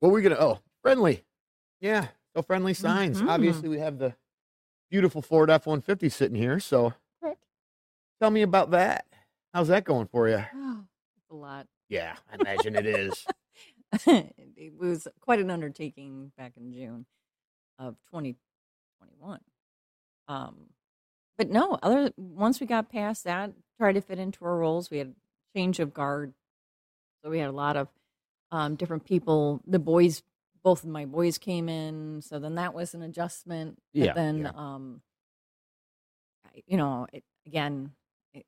What were we gonna? Oh, friendly. Yeah, so friendly signs. Mhm. Obviously, we have the beautiful Ford F one fifty sitting here. So, Right. tell me about that. How's that going for you? Oh, it's a lot. Yeah, I imagine it is. it was quite an undertaking back in June of 2021. Um, but no, other once we got past that, tried to fit into our roles. We had change of guard, so we had a lot of um, different people. The boys, both of my boys came in, so then that was an adjustment. But Yeah, then, yeah. Um, I- you know, it, again, it,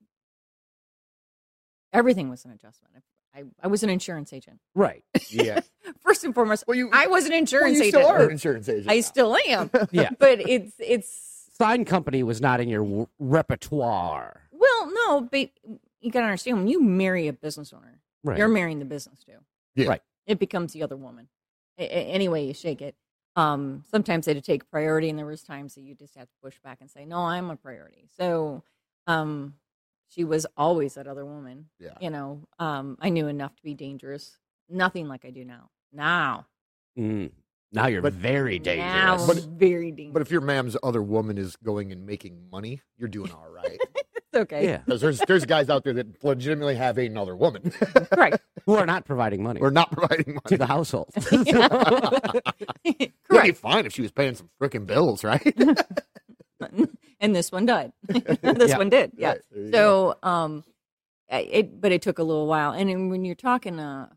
everything was an adjustment. I, I was an insurance agent Right. Yeah. first and foremost, Well, you. I was an well, insurance you agent. still are an insurance agent. I now. still am. Yeah. But it's it's Sign company was not in your w- repertoire. well, no, but you gotta understand when you marry a business owner, Right. you're marrying the business too. Yeah. Right. It becomes the other woman. A- a- any way you shake it. Um, sometimes they'd take priority, and there was times that you just had to push back and say, "No, I'm a priority." So, um, she was always that other woman. Yeah. You know, um, I knew enough to be dangerous. Nothing like I do now. Now, Mm. Now you're But- very now, dangerous. I'm But- very dangerous. But if your mam's other woman is going and making money, you're doing all right. it's okay. yeah. Because there's there's guys out there that legitimately have another woman. Right. Who are not providing money We're not providing money. to the household. It'd be Correct. fine if she was paying some freaking bills, right? and this one died. this Yeah. one did. Yeah. Right, there you go. So, um, I- it but it took a little while, and then when you're talking, uh,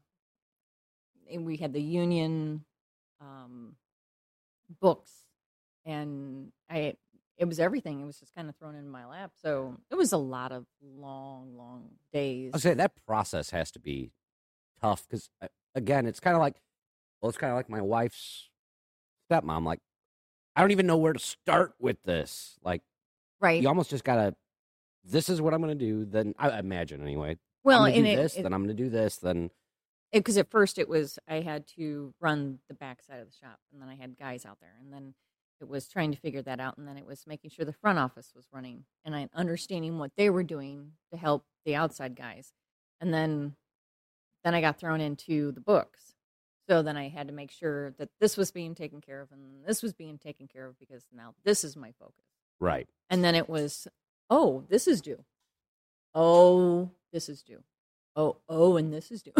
and we had the union, um, books, and I, it was everything. It was just kind of thrown in my lap, so it was a lot of long, long days. I'll say that process has to be tough because again, it's kind of like well, it's kind of like my wife's stepmom. Like, I don't even know where to start with this. Like, right. you almost just gotta. This is what I'm gonna do. Then I imagine anyway. Well, I'm and gonna do it- this. it, then I'm gonna do this. Then because at first it was I had to run the backside of the shop, and then I had guys out there, and then it was trying to figure that out, and then it was making sure the front office was running and I understanding what they were doing to help the outside guys, and then then I got thrown into the books, so then I had to make sure that this was being taken care of, and this was being taken care of because now this is my focus, right. and then it was oh this is due, oh this is due oh, oh, and this is doing.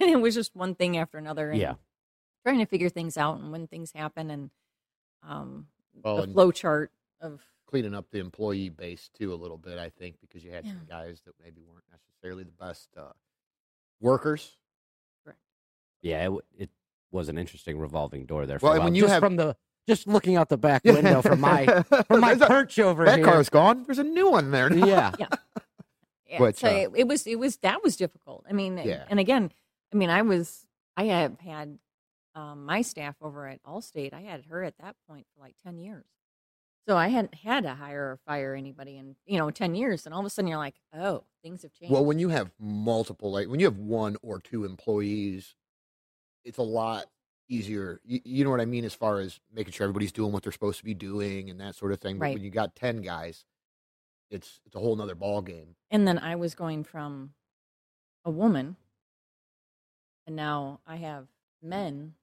and it was just one thing after another. And Yeah. Trying to figure things out and when things happen and um, Well, the and- flow chart of cleaning up the employee base too a little bit, I think, because you had some guys that maybe weren't necessarily the best uh, workers. Yeah. It, w- it was an interesting revolving door there. For Well, a and while. when you just have- from the just looking out the back window from my from my There's a- perch over that here. car's gone. There's a new one there. now. yeah. yeah, Which, so uh, it, it was it was that was difficult. I mean, and- Yeah. and again, I mean, I was I have had um, my staff over at Allstate. I had her at that point for like ten years. So I hadn't had to hire or fire anybody in you know ten years, and all of a sudden you're like, oh, things have changed. Well, when you have multiple, like when you have one or two employees, it's a lot easier. You, you know what I mean? As far as making sure everybody's doing what they're supposed to be doing and that sort of thing. But Right. when you got 10 guys, it's, it's a whole nother ball game. and then I was going from a woman, and now I have men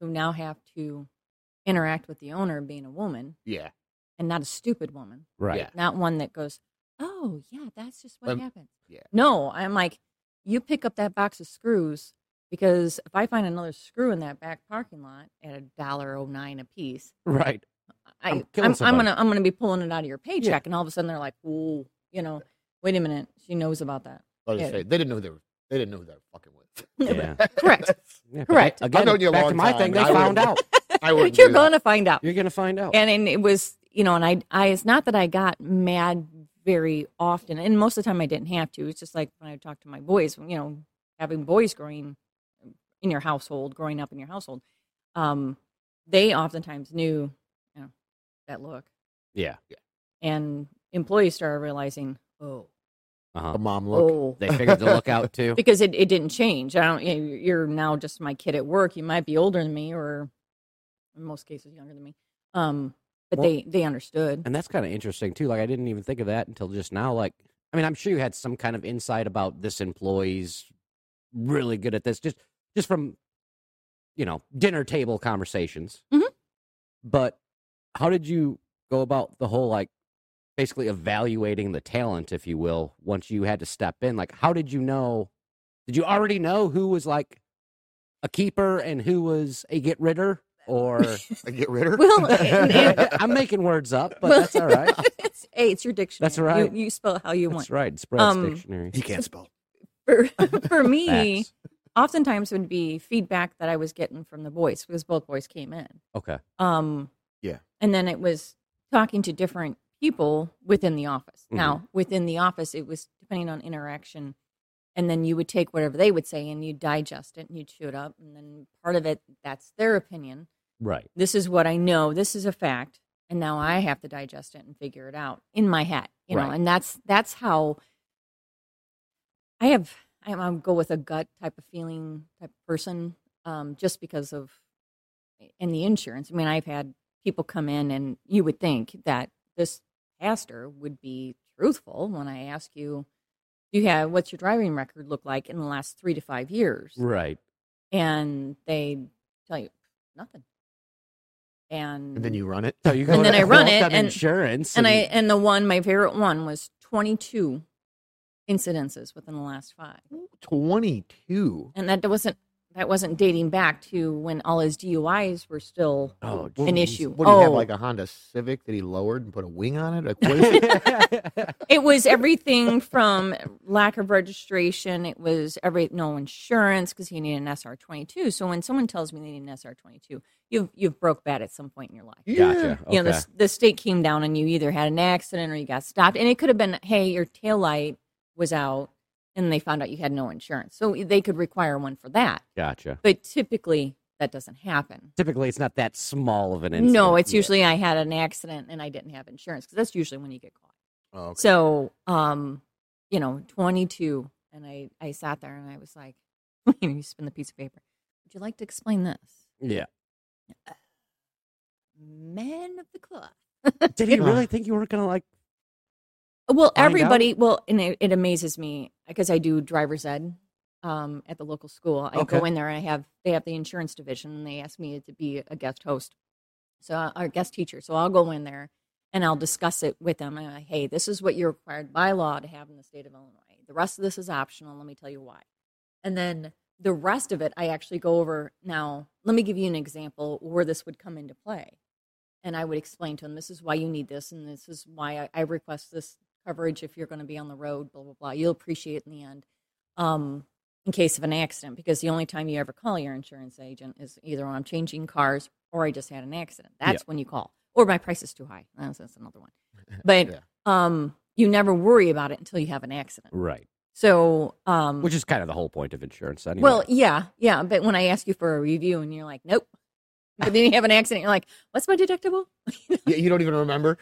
who now have to interact with the owner being a woman Yeah. and not a stupid woman, Right. Yeah. not one that goes, "Oh yeah, that's just what Um, happens." yeah. No, I'm like, you pick up that box of screws because if I find another screw in that back parking lot at a dollar oh nine a piece, Right. I, I'm I'm, killing I'm, somebody. gonna I'm gonna be pulling it out of your paycheck, and all of a sudden they're like, "Whoa, you know, wait a minute, she knows about that." Like I Yeah. say, they didn't know who they were. They didn't know who they were fucking with. Yeah. Correct. Yeah, but Correct. Again, I've known you a back to long my time, thing. They and I found wouldn't- out. I wouldn't you're do that. going to find out. You're gonna find out. And, and it was, you know, and I, I, it's not that I got mad very often, and most of the time I didn't have to. It's just like when I talked to my boys, you know, having boys growing in your household, growing up in your household, um, they oftentimes knew, you know, that look, yeah. and employees started realizing, oh, Uh-huh. The mom look. oh, They figured the lookout too. because it, it didn't change. I don't. You know, you're now just my kid at work. You might be older than me, or in most cases younger than me. Um, but Well- they they understood. And that's kind of interesting too. Like I didn't even think of that until just now. Like I mean, I'm sure you had some kind of insight about this employee's really good at this. Just just from you know, dinner table conversations. Mhm. But how did you go about the whole like basically evaluating the talent, if you will, once you had to step in? Like, how did you know? Did you already know who was like a keeper and who was a get ridder? Or I get rid of her. Well, and- and- I'm making words up, but Well, that's all right. it's, hey, it's your dictionary. That's right. You, you spell it how you That's want. right. Spreads Um, dictionary. he can't spell. For, for me, Facts. oftentimes would be feedback that I was getting from the boys because both boys came in. Okay. Um, Yeah. And then it was talking to different people within the office. Now, within the office, it was depending on interaction. And then you would take whatever they would say and you digest it and you chew it up. And then part of it, that's their opinion. Right. This is what I know. This is a fact. And now I have to digest it and figure it out in my head, you know, Right. and that's, that's how I have, I'm, I'm go with a gut type of feeling type of person um, just because of and the insurance. I mean, I've had people come in, and you would think that this pastor would be truthful when I ask you, "Do you have what's your driving record look like in the last three to five years?" Right. And they tell you nothing. And, And then you run it. So you go And then to I run Delta it, and- insurance, and I and the one my favorite one was twenty two incidences within the last five. 22. and that wasn't that wasn't dating back to when all his DUIs were still oh, What- an issue. What do you have, Oh. like a Honda Civic that he lowered and put a wing on it? Like, what is it? jeez. it was everything from lack of registration. It was every no insurance because he needed an SR twenty two. So when someone tells me they need an SR twenty two, you've you've broke bad at some point in your life. Gotcha. Okay. You know, the, the state came down and you either had an accident or you got stopped, and it could have been hey your tail light was out, and they found out you had no insurance, so they could require one for that. Gotcha. But typically that doesn't happen. Typically, it's not that small of an incident. No, it's Yeah. usually I had an accident and I didn't have insurance because that's usually when you get caught. Oh, okay. So, um, you know, 22, and I, I sat there and I was like, you know, you spin the piece of paper. Would you like to explain this? Yeah. Men of the cloth. Did he really think you were gonna like? Well, Find out? everybody, well, and it, it amazes me because I do driver's ed um, at the local school. I go Okay. in there and I have, they have the insurance division and they ask me to be a guest host. So, I- or guest teacher. So I'll go in there and I'll discuss it with them. And I'm like, hey, this is what you're required by law to have in the state of Illinois. The rest of this is optional. Let me tell you why. And then the rest of it, I actually go over now. Let me give you an example where this would come into play. And I would explain to them, this is why you need this, and this is why I, I request this coverage if you're going to be on the road, blah, blah, blah. You'll appreciate it in the end um, in case of an accident, because the only time you ever call your insurance agent is either when I'm changing cars or I just had an accident. That's when you call, or my price is too high. That's, that's another one. But Yeah. um, you never worry about it until you have an accident. Right. So, um, Mm. Which is kind of the whole point of insurance, anyway. well, yeah, yeah. But when I ask you for a review and you're like, nope. But then you have an accident. You're like, "What's my deductible?" Yeah, you don't even remember?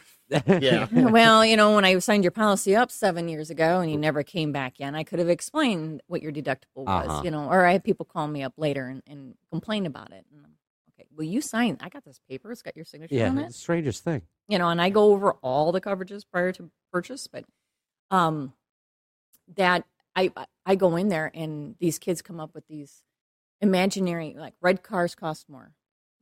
Yeah. well, you know, when I signed your policy up seven years ago and you never came back in, I could have explained what your deductible was. Uh-huh. You know, or I have people call me up later and, and complain about it. And I'm, okay, well, you signed. I got this paper. It's got your signature yeah. on it's it. the strangest thing. you know, and I go over all the coverages prior to purchase, but um, that I I go in there and these kids come up with these imaginary like red cars cost more.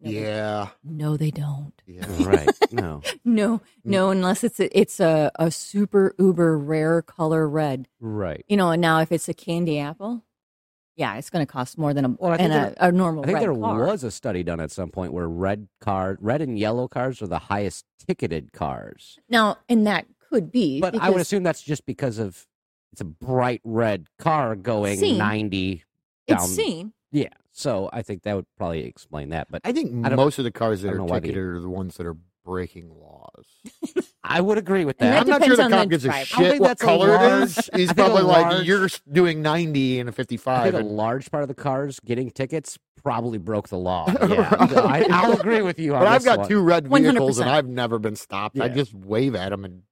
No, they- Yeah. no, they don't. Yeah. right. No. Mm. No, no, unless it's a, it's a a super uber rare color red. Right. You know, and now if it's a candy apple, yeah, it's going to cost more than a Well, I think and a, a normal I think red there car. was a study done at some point where red car, red and yellow cars are the highest ticketed cars. Now, and that could be, But I would because assume that's just because of it's a bright red car going Seen. 90 it's down- seen. Yeah. So I think that would probably explain that. But I think I don't- most of the cars I that don't are know why they- ticketed are the ones that are breaking laws. I would agree with And that. I'm not sure depends the on the cop gives a driver. I don't shit think what that's a color it is. large- I He's think a probably like, large- you're s- doing 90 and a I 55. think a And, large part of the cars getting tickets probably broke the law. Yeah, so I, I'll agree with you on but I've this got one. two red vehicles and 100%. I've never been stopped. I Yeah. just wave at them and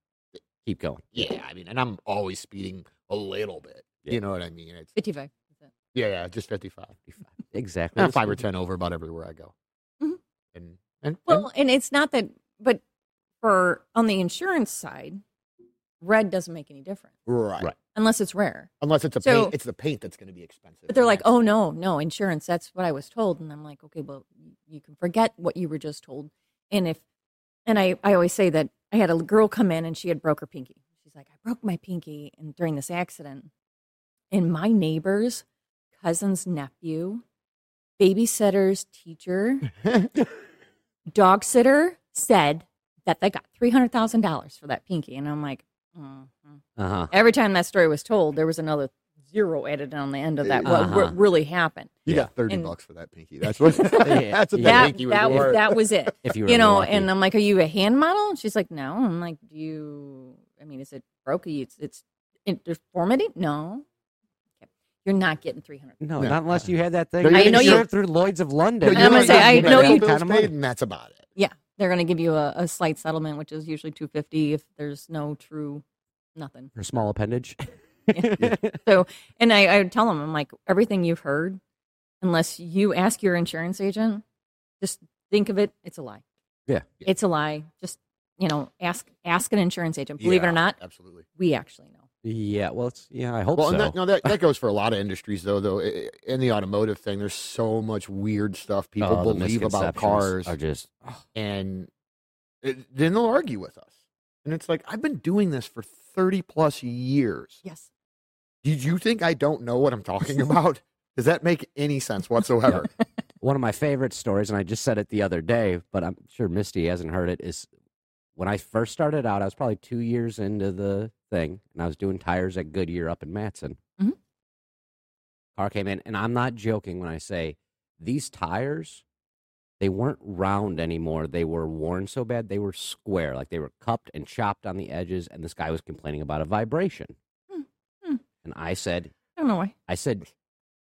Keep going. yeah, I mean, and I'm always speeding a little bit. Yeah. You know what I mean? It's Fifty-five. yeah, yeah just 55, Exactly. Uh, the five or same. ten over about everywhere I go. Mhm. And and, and Well, and it's not that, but for on the insurance side, red doesn't make any difference Right. Right. unless it's rare. Unless it's a So- paint, it's the paint that's going to be expensive. But they're and like, that's- oh no, no insurance. That's what I was told, and I'm like, okay, well, you can forget what you were just told. And if, and I, I always say that I had a girl come in and she had broke her pinky. She's like, I broke my pinky, and during this accident, and my neighbor's cousin's nephew, babysitter's teacher, dog sitter said that they got three hundred thousand dollars for that pinky, and I'm like. hmm Uh huh. Every time that story was told, there was another zero added on the end of that. What, Uh-huh. what really happened? you got thirty And- bucks for that pinky. That's what. that's what Yeah. that That pinky was that, worth. that was it. If you were You know, lucky. and um, I'm like, "Are you a hand model?" And she's like, "No." I'm like, "Do you? I mean, is it broke? It's it's in- deformity? No. Okay. You're not getting 300. no, No. not unless you had that thing. No, you I didn't know you- through Lloyd's of London. No, I'm gonna you say, got- I you got know your you- bills Kinda paid, money. and that's about it. They're going to give you a, a slight settlement, which is usually 250 if there's no true nothing." Her small appendage. And I, I would tell them, I'm like, everything you've heard, unless you ask your insurance agent, just think of it, it's a lie. Yeah. It's a lie. Just, you know, ask ask an insurance agent. Believe it Yeah, or not, absolutely. we actually know. Yeah. Well, it's, yeah. I hope Well, so. and that, no, that, that goes for a lot of industries, though. Though I- in the automotive thing, there's so much weird stuff people Oh, the believe about misconceptions cars, Are just and it, then they'll argue with us. And it's like I've been doing this for thirty plus years. Yes. Did you think I don't know what I'm talking about? Does that make any sense whatsoever? one of my favorite stories, and I just said it the other day, but I'm sure Misty hasn't heard it. Is when I first started out, I was probably two years into the thing, and I was doing tires at Goodyear up in Matson. Mhm. Car came in, and I'm not joking when I say these tires, they weren't round anymore. They were worn so bad, they were square, like they were cupped and chopped on the edges. And this guy was complaining about a vibration. Hmm. Hmm. And I said, I don't know why. I said,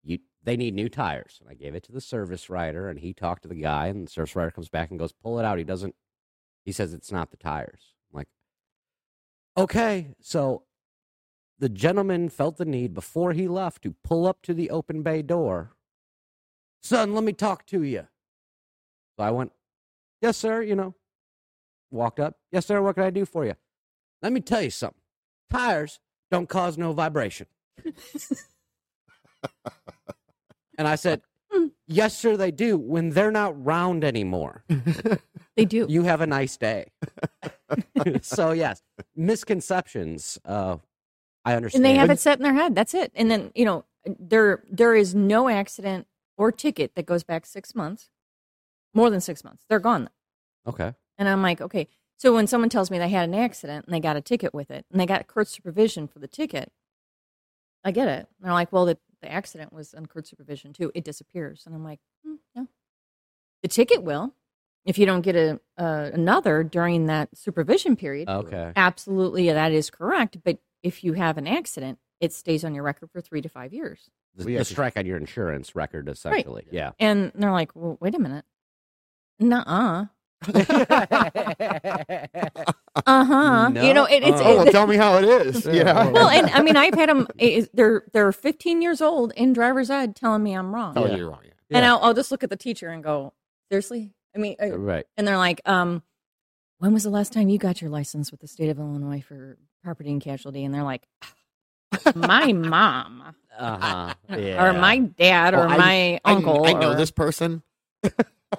"You, they need new tires." And I gave it to the service writer, and he talked to the guy, and the service writer comes back and goes, "Pull it out." He doesn't. He says it's not the tires. I'm like, okay, so the gentleman felt the need before he left to pull up to the open bay door. Son, let me talk to you. So I went, yes, sir. You know, walked up. Yes, sir. What can I do for you? Let me tell you something. Tires don't cause no vibration. And I said, Mm. Yes, sir, they do when they're not round anymore. They do. You have a nice day. so, yes, misconceptions. Uh, I understand. and they have it set in their head. That's it. And then, you know, there there is no accident or ticket that goes back six months, more than six months. They're gone. Okay. And I'm like, okay. So when someone tells me they had an accident and they got a ticket with it and they got court supervision for the ticket, I get it. And they're like, well, the, the accident was on court supervision too. It disappears. And I'm like, hmm, no. The ticket will if you don't get a, uh, another during that supervision period. Okay. Absolutely, that is correct. But if you have an accident, it stays on your record for three to five years. The, We the actually- strike on your insurance record, essentially. Yeah. And they're like, well, wait a minute. Nuh-uh. Uh-huh. you know, it, it's, Nuh-uh. oh, well, it- tell me how it is. Yeah. Yeah. well, and I mean, I've had them. They're they're 15 years old in driver's ed telling me I'm wrong, oh, Yeah. you're wrong. yeah. and Yeah. I'll, I'll just look at the teacher and go, seriously. I mean, I- right. and they're like, um, when was the last time you got your license with the state of Illinois for property and casualty? And they're like, my mom Uh-huh. or Yeah. my dad or Oh, I- my I- uncle. I, know or- this person.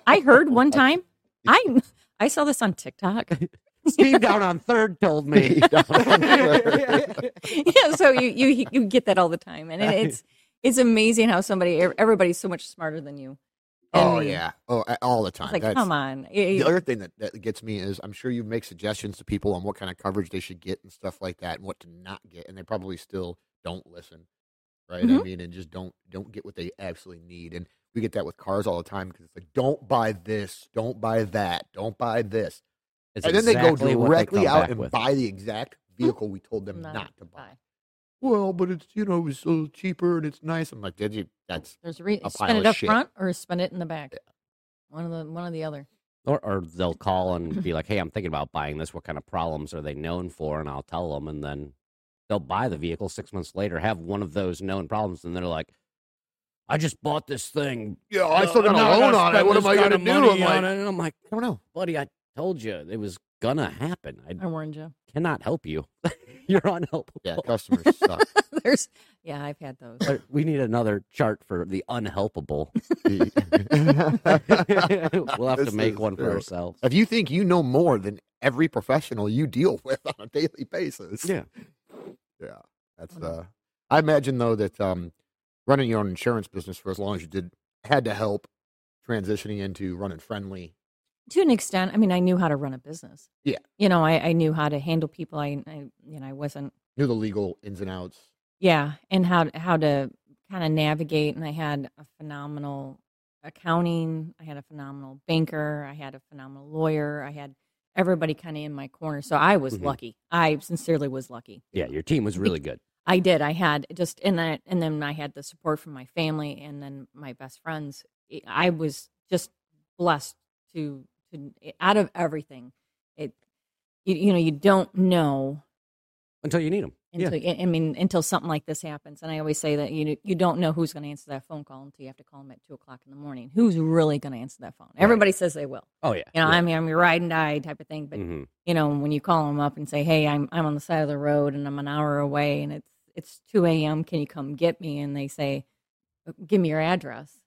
I heard one time. I I saw this on TikTok. Steve down on third told me. yeah, so you you you get that all the time, and it, it's it's amazing how somebody e, everybody's so much smarter than you. oh And yeah. Oh, a- all the time. it's like That's- come on. the other thing that, that gets me is I'm sure you make suggestions to people on what kind of coverage they should get and stuff like that and what to not get and they probably still don't listen. Right? I Mm-hmm. Mhm. mean and just don't don't get what they absolutely need and we get that with cars all the time because it's like don't buy this, don't buy that, don't buy this. It's and then they go exactly what they directly come out back and with. Mm-hmm. buy the exact vehicle we told them not, to buy. Bye. Well, but it's you know it was a little cheaper and it's nice. I'm like, did you? That's There's a reason. A pile Spend it of up shit. front or spend it in the back. One of the one or the other. Or, or they'll call and be like, "Hey, I'm thinking about buying this. What kind of problems are they known for?" And I'll tell them, and then they'll buy the vehicle six months later, have one of those known problems, and they're like, "I just bought this thing. yeah. Oh, I Uh, still got now a gotta loan on it. spend What this am I kind gonna of do? I'm money on like, it?" And I'm like, I don't know. "Buddy, I told you it was gonna happen. I I warned you. cannot help you. You're unhelpful. Yeah, customers suck. There's, yeah, I've had those. Uh, We need another chart for the unhelpable. we'll have This to make is one for true. ourselves. If you think you know more than every professional you deal with on a daily basis, Yeah. yeah, that's. Oh, no. Uh, I imagine though that um, running your own insurance business for as long as you did had to help transitioning into running friendly. to an extent i mean i knew how to run a business Yeah. you know i, I knew how to handle people I, I you know i wasn't Knew the legal ins and outs. yeah and how how to kind of navigate and i had a phenomenal accounting i had a phenomenal banker i had a phenomenal lawyer i had everybody kind of in my corner so i was Mhm. lucky i sincerely was lucky Yeah, your team was really good. I did. I had just and I, and then I had the support from my family and then my best friends. I- I was just blessed to to out of everything. It you, you know you don't know Until you need them. until I I mean until something like this happens. And I always say that you you don't know who's going to answer that phone call until you have to call them at two o'clock in the morning. Who's really going to answer that phone? Everybody says they will. Oh yeah. You know, I mean, I'm your ride and die type of thing. But Mhm. you know, when you call them up and say, "Hey, I'm I'm on the side of the road and I'm an hour away and it's it's 2 a.m. Can you come get me?" and they say, "Uh, "Give me your address."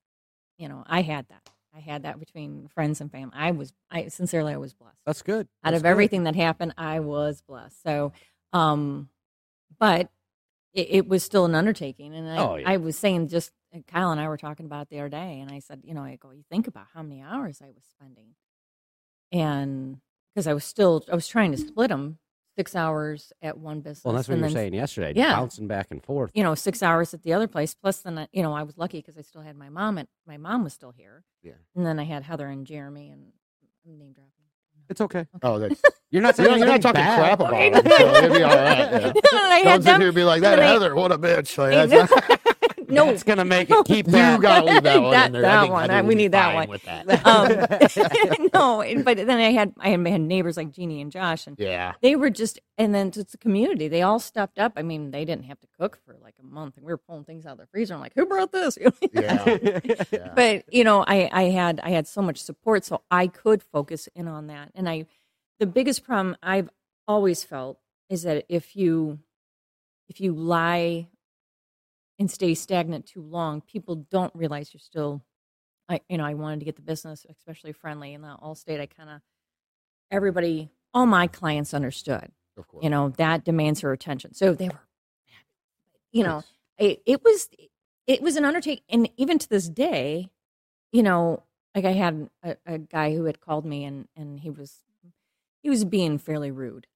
You know, I had that. I had that between friends and family. I was, I sincerely, I was blessed. That's good. Out That's of good. everything that happened, I was blessed. So, um, but it, it was still an undertaking, and I, Oh, yeah. I was saying just uh, Kyle and I were talking about it the other day, and I said, you know, I go, you think about how many hours I was spending, and because I was still, I was trying to split them six hours at one business. Well, that's what and you were then, saying yesterday. Yeah. Bouncing back and forth. You know, six hours at the other place. Plus, then I, you know, I was lucky because I still had my mom, and my mom was still here. Yeah. And then I had Heather and Jeremy, and I'm name dropping. It's okay. Oh, that's, You're not you're, saying not- you're anything not talking bad. crap about them, so it'd be all right. Yeah. I Don't had sit here them. and be like that, and I- Heather. What a bitch! Like, that's not- no, It's gonna make it keep that. you gotta leave that one That- in there. that I think one, Heather we would be need that fine one. With that. um, no, and- but then I had I had neighbors like Jeannie and Josh, and yeah, they were just, and then it's the community. They all stepped up. I mean, they didn't have to cook for like a month, and we were pulling things out of the freezer. I'm like, who brought this? yeah, yeah. but you know, I I had I had so much support, so I could focus in on that. And I, the biggest problem I've always felt is that if you, if you lie, and stay stagnant too long, people don't realize you're still I you know I wanted to get the business, especially friendly in the Allstate. I kind of everybody, all my clients understood. Of course. You know that demands her attention, so they were, you know, Yes. it, it was it was an undertaking, and even to this day, you know, like I had a, a guy who had called me, and and he was he was being fairly rude,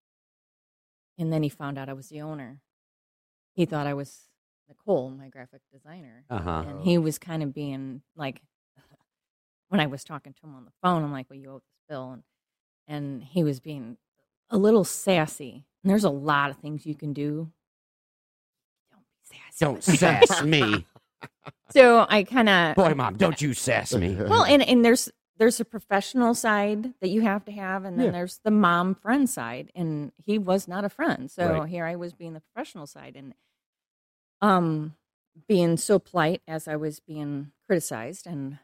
and then he found out I was the owner. He thought I was Nicole, my graphic designer, Uh huh. Oh. and he was kind of being like, when I was talking to him on the phone, I'm like, "Well, you owe this bill," and and he was being a little sassy. And there's a lot of things you can do. Don't be sassy. Don't sass me, So I kind of boy, mom. Don't you sass me. well, and and there's there's a professional side that you have to have, and then Yeah. there's the mom friend side, and he was not a friend. So Right. here I was being the professional side, and um, being so polite as I was being criticized, and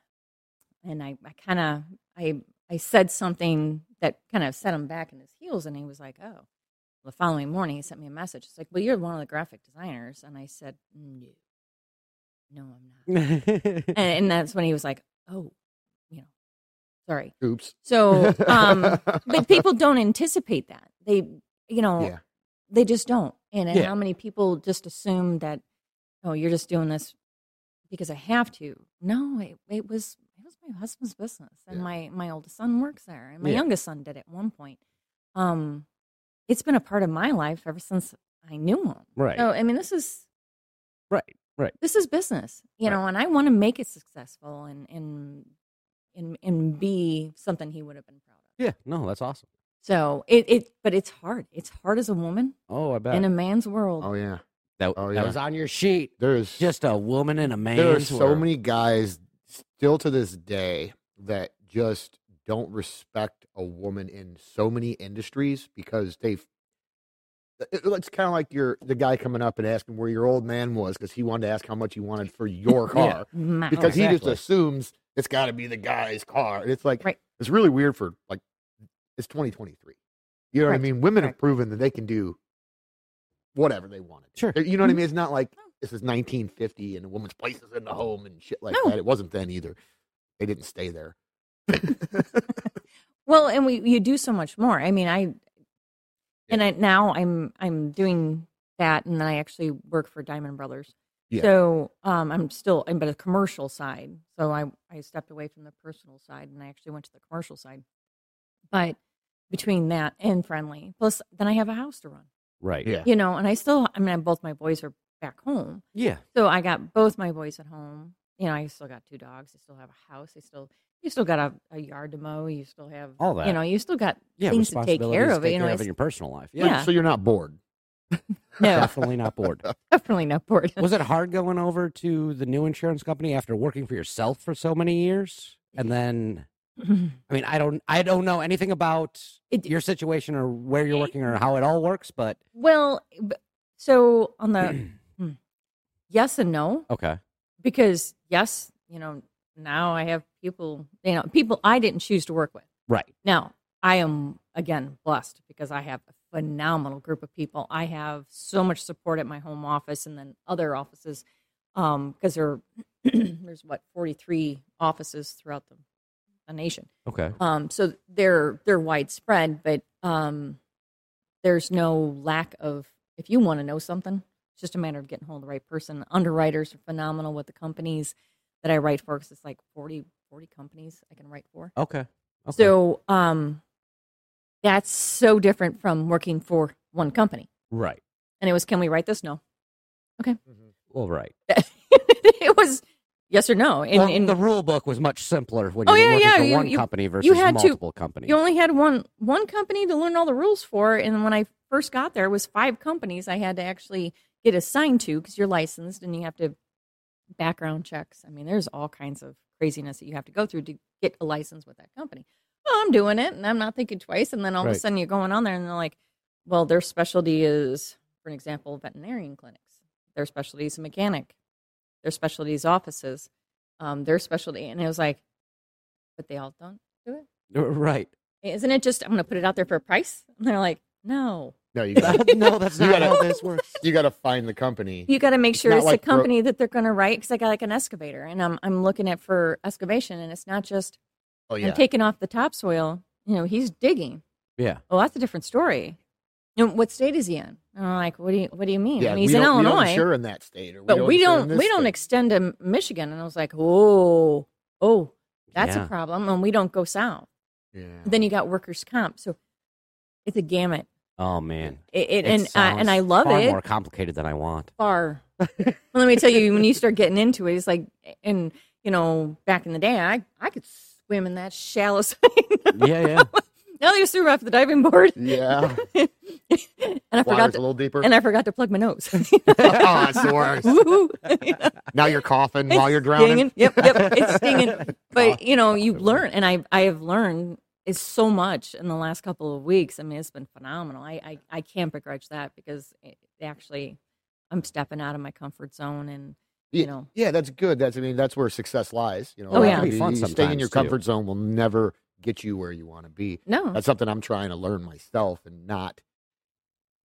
and I I kind of I I said something that kind of set him back in his heels, and he was like, oh. The following morning, he sent me a message. It's like, "Well, you're one of the graphic designers," and I said, "No, no, I'm not." yeah. and, and that's when he was like, "Oh, you know, sorry." Oops. So, um, but people don't anticipate that. They, you know, Yeah. they just don't. And, and Yeah. how many people just assume that, oh, you're just doing this because I have to. No, it, it was it was my husband's business, and Yeah. my my oldest son works there, and my Yeah. youngest son did at one point. Um, it's been a part of my life ever since I knew him. Right. So, I mean, this is Right. Right. this is business you Right. know and i want to make it successful and and and, and be something he would have been proud of Yeah. No, that's awesome. so it, it but it's hard it's hard as a woman Oh, I bet in a man's world Oh yeah. that, oh, that yeah. was on your sheet. There's Just a woman and a man. there are so many guys still to this day that just don't respect a woman in so many industries because they've it- it's kind of like your the guy coming up and asking where your old man was because he wanted to ask how much he wanted for your Yeah. car My- because he just Exactly. assumes it's got to be the guy's car. And it's like Right. it's really weird for like it's 2023. You know what Correct, I mean? Women have correct. proven that they can do whatever they want to do. Sure. You know what I Mm-hmm. mean? It's not like No. this is 1950 and a woman's place is in the home and shit like No. that. It wasn't then either. They didn't stay there. Well, and we you do so much more. I mean, I and I, now I'm I'm doing that, and then I actually work for Diamond Brothers. Yeah. So um, I'm still, I'm but a commercial side. So I I stepped away from the personal side, and I actually went to the commercial side. But between that and friendly, plus then I have a house to run, Right. yeah. you know, and I still, I mean, both my boys are back home, Yeah. so I got both my boys at home. You know, I still got two dogs. I still have a house. I still, you still got a, a yard to mow. You still have All that. You know, you still got Yeah. Things to take care responsibilities of it, you know, care it's- in your personal life. Right, Yeah. yeah. So you're not bored. no, Definitely not bored. definitely not bored. Was it hard going over to the new insurance company after working for yourself for so many years? And then, I mean, I don't, I don't know anything about It- your situation or where you're working or how it all works, but Well, b- so on the hmm, yes and no, okay, because yes, you know, now I have people, you know, people I didn't choose to work with. right, Now, I am again blessed because I have a phenomenal group of people. I have so much support at my home office and then other offices because there, there's what 43 offices throughout the, the nation. okay, Um, so they're they're widespread, but um, there's no lack of. If you want to know something, it's just a matter of getting hold of the right person. Underwriters are phenomenal with the companies that I write for because it's like 40, 40 companies I can write for. okay, okay. So um, that's so different from working for one company. right, And it was, can we write this? No. well, right. it was yes or no. And, well, and the rule book was much simpler when Oh, you were yeah, working yeah, for you- one you- company versus had to- multiple companies. you only had one one company to learn all the rules for. And when I first got there, it was five companies I had to actually get assigned to because you're licensed and you have to background checks. I mean, there's all kinds of craziness that you have to go through to get a license with that company. Well, I'm doing it and I'm not thinking twice. And then all of a Right. sudden you're going on there and they're like, well, their specialty is, for an example, veterinarian clinics. Their specialty is mechanic. Their specialty is offices. Um, their specialty, and it was like, but they all don't do it. right? Isn't it just I'm going to put it out there for a price? And they're like, no, No, you got no, that's You not gotta- how this works. you got to find the company. you got to make It's sure not it's like a bro- company that they're going to write because I got like an excavator and I'm I'm looking at for excavation and it's not just Oh I'm yeah. taking off the topsoil. You know, he's digging. Yeah. Well, that's a different story. And what state is he in? And I'm like, what do you what do you mean? yeah, and we he's in don't- we don't Illinois, insure in that state, or but we insure in don't this we don't state. extend to M- Michigan. And I was like, oh, oh, that's Yeah. a problem. And we don't go south. yeah. Then you got workers comp, so it's a gamut. Oh man, It, it, It and I, and I sounds love far it. More complicated than I want. far. well, let me tell you, when you start getting into it, it's like, and you know, back in the day, I I could swim in that shallow. sea. Yeah, yeah. now you swim off the diving board, yeah. and I forgot Water's a to, little deeper. and I forgot to plug my nose. oh, that's the worst. Woo-hoo. Now you're coughing while you're It's drowning. stinging. Yep, yep, it's stinging. But you know, you learn, and I I have learned is so much in the last couple of weeks. I mean, it's been phenomenal. I I, I can't begrudge that because it, actually, I'm stepping out of my comfort zone, and you Yeah. know, Yeah, that's good. That's I mean that's where success lies. You know, Oh, Like, yeah. It can be you- fun you staying in sometimes, your too. comfort zone will never get you where you want to be. no, That's something I'm trying to learn myself and not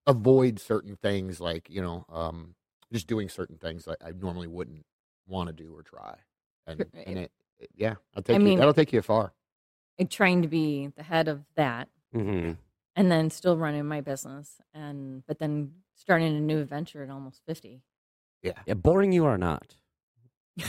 avoid certain things like you know um, just doing certain things that I normally wouldn't want to do or try. And, Sure. and it, it- yeah, I'll take you, mean- that'll take you far. and trying to be the head of that hmm and then still running my business and but then starting a new adventure at almost 50 Yeah, boring you or not. i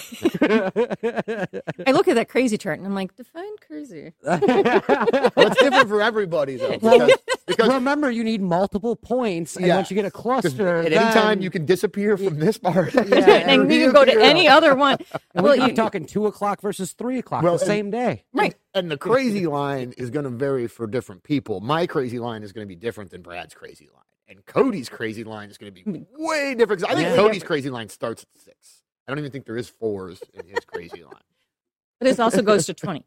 look at that crazy chart and i'm like define crazy Well, it's different for everybody though. Well, Because, because Remember, you need multiple points, and Yeah. once you get a 'cause cluster, at any time then- you can disappear from this part. Yeah, and you Disappear. can go to any other one And well we you keep talking two o'clock versus three o'clock Well, the and- same day. right And the crazy line is going to vary for different people. My crazy line is going to be different than Brad's crazy line. And Cody's crazy line is going to Mm. be way different. 'cause I think Yeah. Cody's crazy line starts at six. I don't even think there is fours in his crazy line. but it also goes to 20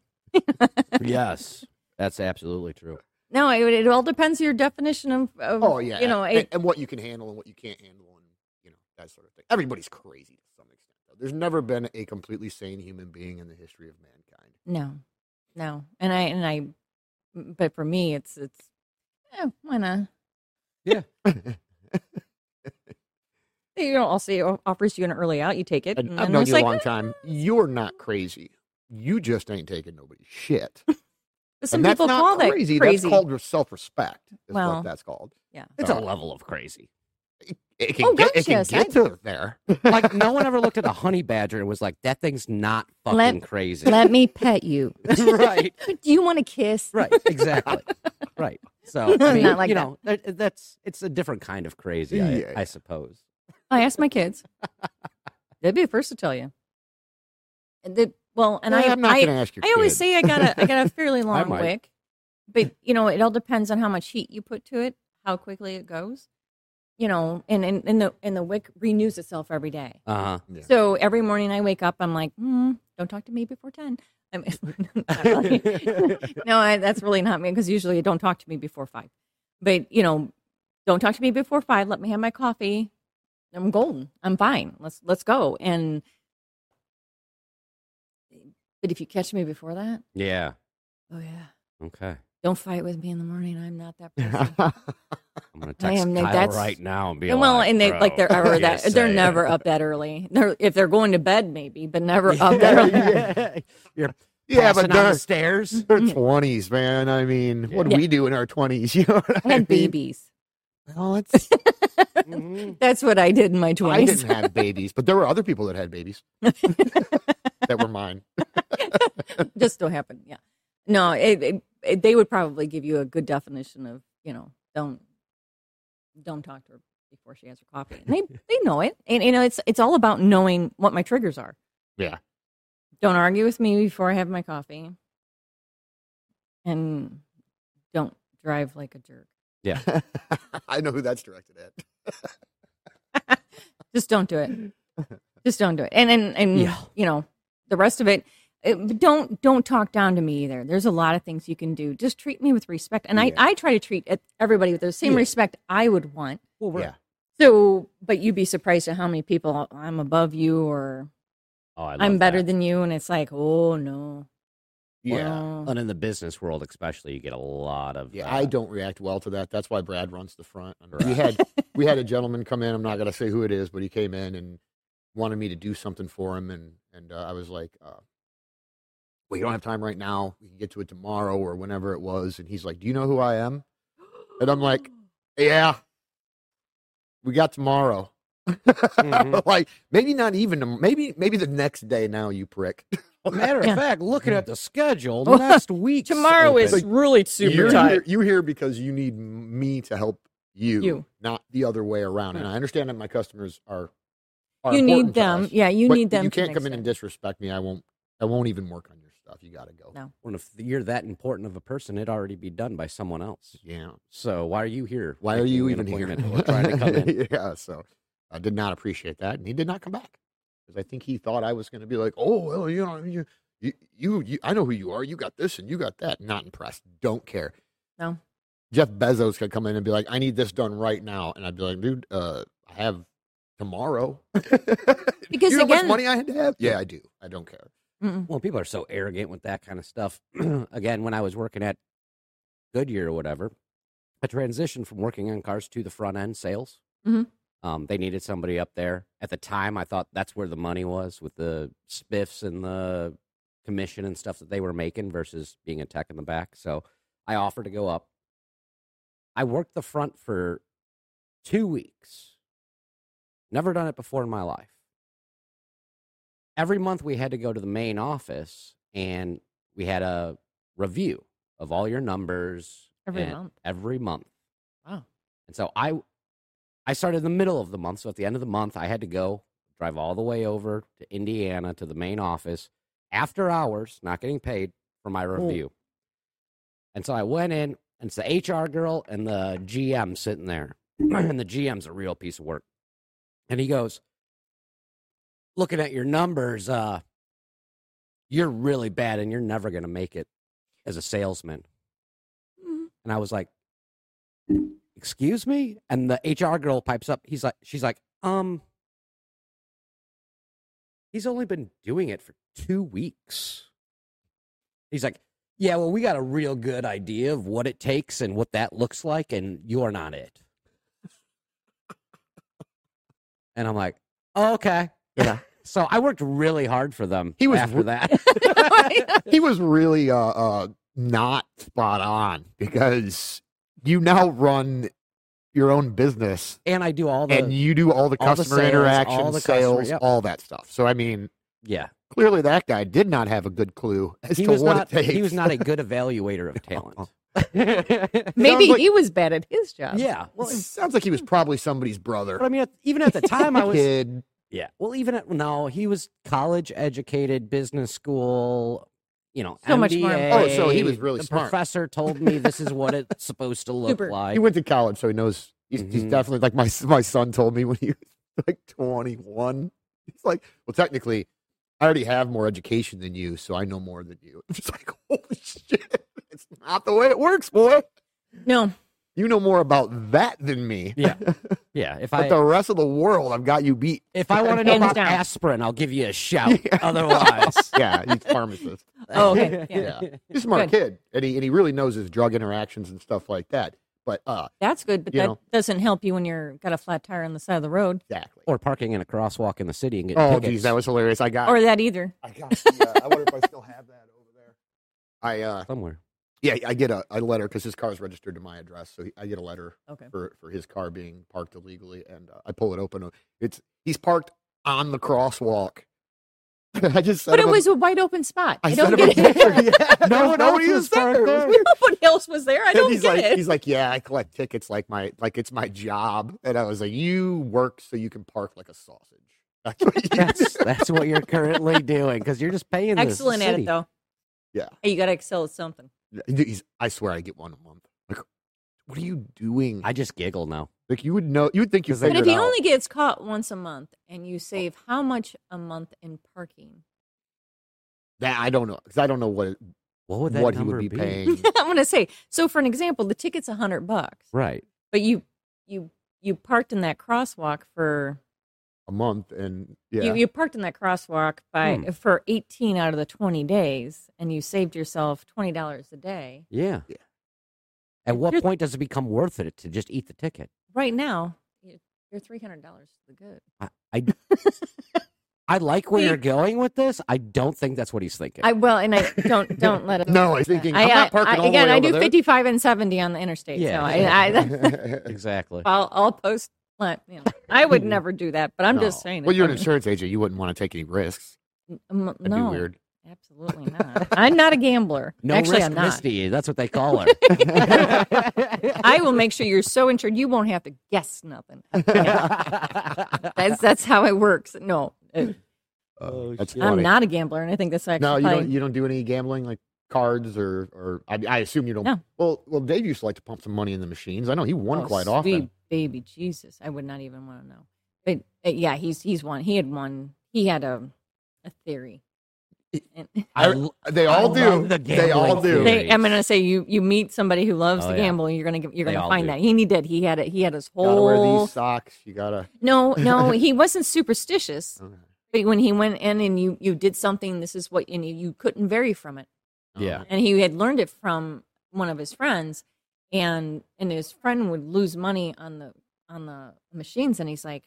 yes, that's absolutely true. no it, it all depends on your definition of, of Oh, yeah. you know and, it, and what you can handle and what you can't handle and, you know, that sort of thing. Everybody's crazy to some extent. though. There's never been a completely sane human being in the history of mankind. no no and i and i but for me it's it's eh, why not? You know, also it offers you an early out, you take it. I've And then known it's you like, a long eh, time. You're not crazy. You just ain't taking nobody's shit. but some and that's people not call that crazy. crazy. That's called self respect, is Well, what that's called. yeah. It's Uh, a level of crazy. It can Oh, get, gosh, it can yes, get I- to there. Like no one ever looked at a honey badger and was like, "That thing's not fucking Let- crazy." Let me pet you. right, Do you want to kiss? right, exactly, right. So I mean, Not like you know, that- that's it's a different kind of crazy, Yeah. I, I suppose. I asked my kids. They'd be the first to tell you. And they, well, and I, I'm not I, going to ask your I always kid. say I got a I got a fairly long might. wick, but you know it all depends on how much heat you put to it, how quickly it goes, you know, and and, and the and the wick renews itself every day. Uh huh. Yeah. So every morning I wake up, I'm like, mm, don't talk to me before ten. I mean, not really. no, I, that's really not me because usually don't talk to me before five. But you know, don't talk to me before five. Let me have my coffee. I'm golden. I'm fine. Let's let's go. And but if you catch me before that, Yeah. Oh yeah. Okay. Don't fight with me in the morning. I'm not that person. I'm gonna I text am- Kyle that's- right now and be and like, well, and they "Bro, like they're or that just they're saying." never up that early. They're, if they're going to bed, maybe, but never up that early. yeah. You're yeah, but passing on they're, the stairs. they're 20s, man. I mean, what do Mm-hmm. Yeah. we do in our 20s? You know what I had mean? babies. Well, it's, Mhm. That's what I did in my I twenties. didn't have babies, but there were other people that had babies that were mine. Just don't happen. Yeah. No, it, it, it- they would probably give you a good definition of you know don't don't talk to her before she has her coffee. And they they know it, and you know it's it's all about knowing what my triggers are. Yeah. don't argue with me before I have my coffee. And don't drive like a jerk. I know who that's directed at. Just don't do it. Just don't do it. And and and Yeah. you know, the rest of it, it- don't don't talk down to me either. There's a lot of things you can do. Just treat me with respect. And Yeah. I I try to treat it- everybody with the same Yeah. respect I would want. Well, we're- Yeah. So, but you'd be surprised at how many people I'm above you or Oh, I I'm love better that. than you, and it's like, oh no, Yeah. no. And in the business world, especially, you get a lot of. Yeah, uh, I don't react well to that. That's why Brad runs the front. We had we had a gentleman come in. I'm not gonna say who it is, but he came in and wanted me to do something for him, and and uh, I was like, uh, "Well, you don't have time right now. We can get to it tomorrow or whenever it was." And he's like, "Do you know who I am?" And I'm like, "Yeah, we got tomorrow." Mhm. like maybe not even tom- maybe maybe the next day. Now you prick. Matter of Yeah. fact, looking at the schedule, Well, next week. Tomorrow is Like, really you're super Here, tight. you here because you need m- me to help you, You. Mm. not the other way around. And I understand that my customers are. are You important need to them. us, Yeah, you but need them. You to can't make come in and sense. disrespect me. I won't. I won't even work on your stuff. You got to go. No. Well, if you're that important of a person, it'd already be done by someone else. Yeah. So why are you here? Why are making you an even here? appointment Or trying to come in? yeah. So I did not appreciate that, and he did not come back because I think he thought I was going to be like, oh well, you know, you, you, you, you, I know who you are. You got this and you got that. Not impressed. Don't care. No. Jeff Bezos could come in and be like, I need this done right now, and I'd be like, dude, uh, I have tomorrow. Because you know how much again- money I had to have. Yeah, I do. I don't care. Mm-mm. Well, people are so arrogant with that kind of stuff. Again, when I was working at Goodyear or whatever, I transitioned from working on cars to the front end sales. Mhm. Um, they needed somebody up there. At the time, I thought that's where the money was with the spiffs and the commission and stuff that they were making versus being a tech in the back. So I offered to go up. I worked the front for two weeks. Never done it before in my life. Every month we had to go to the main office and we had a review of all your numbers Every and- month. Every month. Wow. And so I I started in the middle of the month. So at the end of the month, I had to go drive all the way over to Indiana to the main office after hours, not getting paid for my review. And so I went in, and it's the HR girl and the GM sitting there. and the GM's a real piece of work. And he goes, Looking at your numbers, uh, you're really bad and you're never going to make it as a salesman. Mhm. And I was like, excuse me? And the HR girl pipes up. He's like, she's like, um, he's only been doing it for two weeks. He's like, yeah, well, we got a real good idea of what it takes and what that looks like, and you are not it. And I'm like, oh, okay. Yeah. So I worked really hard for them. He was after re- that. he was really uh, uh not spot on because you now run your own business and I do all the and you do all the all the customer sales, interaction, all the customer- sales, yep. all that stuff. So I mean, yeah. clearly that guy did not have a good clue as He to was what not it takes. he was not a good evaluator of No. talent. Maybe like- he was bad at his job. yeah. Well, Well, it sounds like he was probably somebody's brother. but I mean, at- even at the time, I was kid. Yeah. Well, even at no, he was college educated, business school. You know, So much more MBA. Oh, so he was really the smart. Professor told me this is what it's supposed to look Super. like. He went to college, so he knows. He's, he's Mhm. definitely like my my son told me when he was like twenty one. He's like, well, technically, I already have more education than you, so I know more than you. It's like, holy shit, it's not the way it works, boy. No, You know more about that than me. Yeah. yeah. If But I the rest of the world, I've got you beat. if I want to know Hands about down. aspirin, I'll give you a shout. Yeah. Otherwise, Yeah, he's pharmacist. Oh, okay. Yeah. He's a smart kid, and he and he really knows his drug interactions and stuff like that. But uh, that's good, but You that know. doesn't help you when you're got a flat tire on the side of the road, exactly. Or parking in a crosswalk in the city and getting Oh, tickets. geez, that was hilarious. I got. or that either. I got. The, uh, I wonder if I still have that over there. I uh, somewhere. yeah, I get a, a letter because his car is registered to my address, so he, I get a letter Okay. for for his car being parked illegally, and uh, I pull it open. It's he's parked on the crosswalk. I just. sent But it him a- was a wide open spot. I, I don't sent him a get it. picture. Yeah, No one else nobody was parked there. Nobody else was there. I And don't he's get like, it. he's like, yeah, I collect tickets like my like it's my job. And I was like, you work so you can park like a sausage. That's what you do. That's that's what you're currently doing because you're just paying. this Excellent at city. it though. Yeah. Hey, you gotta excel at something. Yeah, dude, he's- I swear I get one a month. Like, what are you doing? I just giggle now. like you would know. You would think you 'Cause they- figured But if he it out. only gets caught once a month and you save how much a month in parking? that I don't know because I don't know what it- What would that what he number would be, be? paying. I'm gonna say. So for an example, the ticket's a hundred bucks. Right. But you you you parked in that crosswalk for a month and yeah, you, you parked in that crosswalk by Hmm. for eighteen out of the twenty days and you saved yourself twenty dollars a day. Yeah. Yeah. At what Just- point does it become worth it to just eat the ticket? Right now, you're- you're three hundred dollars to the good. I like where See? you're going with this. I don't think that's what he's thinking. I well, and I don't don't let it. no, I was thinking I, am I, not parking I- all the again, way I over do there. fifty-five and seventy on the interstate. Yeah. So I, I exactly. I'll, I'll post. like, You know, I would never do that, but I'm just No. saying. Hmm. well, if you're an I'm- insurance agent. You wouldn't want to take any risks. Mm, That'd no, be weird. absolutely not. I'm not a gambler. No Actually, risk, I'm not. Misty. That's what they call her. I will make sure you're so insured you won't have to guess nothing. Uh, That's that's how it works. No, uh, Oh, that's shit. I'm funny. not a gambler, and I think that's actually No, you probably- don't. You don't do any gambling like cards or or. I, I assume you don't. No. Well, well, Dave used to like to pump some money in the machines. I know he won Oh, quite sweet often. Baby Jesus, I would not even want to know. But uh, yeah, he's he's one. He had one. He had a a theory. And I I- l- They all I do. love the they all gambling do. theory. they, I'm gonna say you you meet somebody who loves Oh, to yeah. gamble. You're gonna get- you're They gonna all find do. that. And he did. He had it. He had his You gotta wear whole. these socks. You gotta. uh, No, no, he wasn't superstitious. Okay. But when he went in and you you did something, this is what and you, you couldn't vary from it. Yeah. And he had learned it from one of his friends, and and his friend would lose money on the on the machines, and he's like,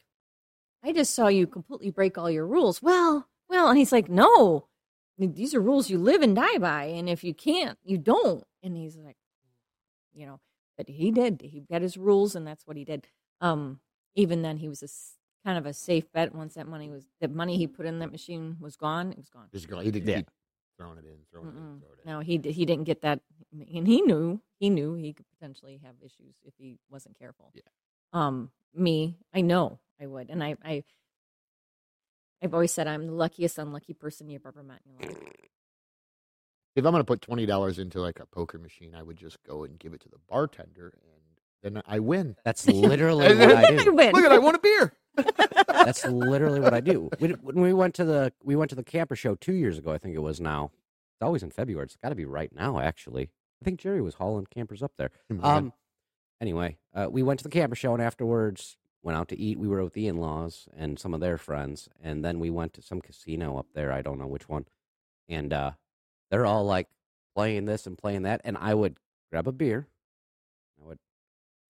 I just saw you completely break all your rules. Well, well, and he's like, no, these are rules you live and die by, and if you can't, you don't. And he's like, you know, but he did. He got his rules, and that's what he did. Um, even then, he was a s- kind of a safe bet. Once that money was, the money he put in that machine was gone. It was gone. Just go. He didn't Yeah. keep throwing it in, throwing it in, Mm-mm. throwing it in. No, he did, he didn't get that, and he knew he knew he could potentially have issues if he wasn't careful. Yeah. Um, me, I know I would, and I, I, I've always said I'm the luckiest unlucky person you've ever met in your life. If I'm gonna put twenty dollars into like a poker machine, I would just go and give it to the bartender, and then I win. That's literally what I I do. win. Look at, I want a beer. That's literally what I do. We, when we went to the we went to the camper show two years ago, I think it was. Now it's always in February. It's got to be right now, actually. I think Jerry was hauling campers up there. Um. Anyway, uh, we went to the camper show, and afterwards went out to eat. We were with the in-laws and some of their friends, and then we went to some casino up there. I don't know which one, and uh, they're all like playing this and playing that, and I would grab a beer, I would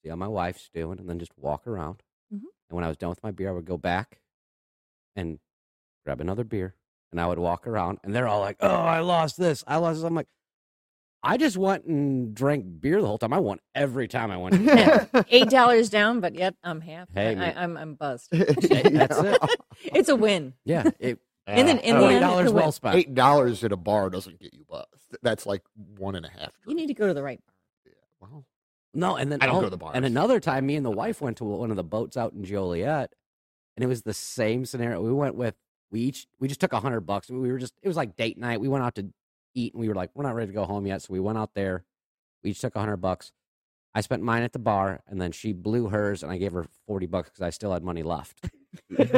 see how my wife's doing, and then just walk around. Mhm. And when I was done with my beer, I would go back and grab another beer, and I would walk around, and they're all like, "Oh, I lost this, I lost this." I'm like, I just went and drank beer the whole time. I won every time I went. to the bar." Eight dollars down, but yet I'm half. Hey, I, man. I, I'm I'm buzzed. That's it. it's a win. Yeah. It, And then- and then twenty it's dollars a well win. spent. Eight dollars at a bar doesn't get you buzzed. That's like one and a half. You need to go to the right bar. Wow. No, and then oh, I don't go to the bars. And another time, me and the wife went to one of the boats out in Joliet, and it was the same scenario. We went with we each we just took a hundred bucks. We were just it was like date night. We went out to eat, and we were like, we're not ready to go home yet, so we went out there. We each took a hundred bucks. I spent mine at the bar, and then she blew hers, and I gave her forty bucks because I still had money left. And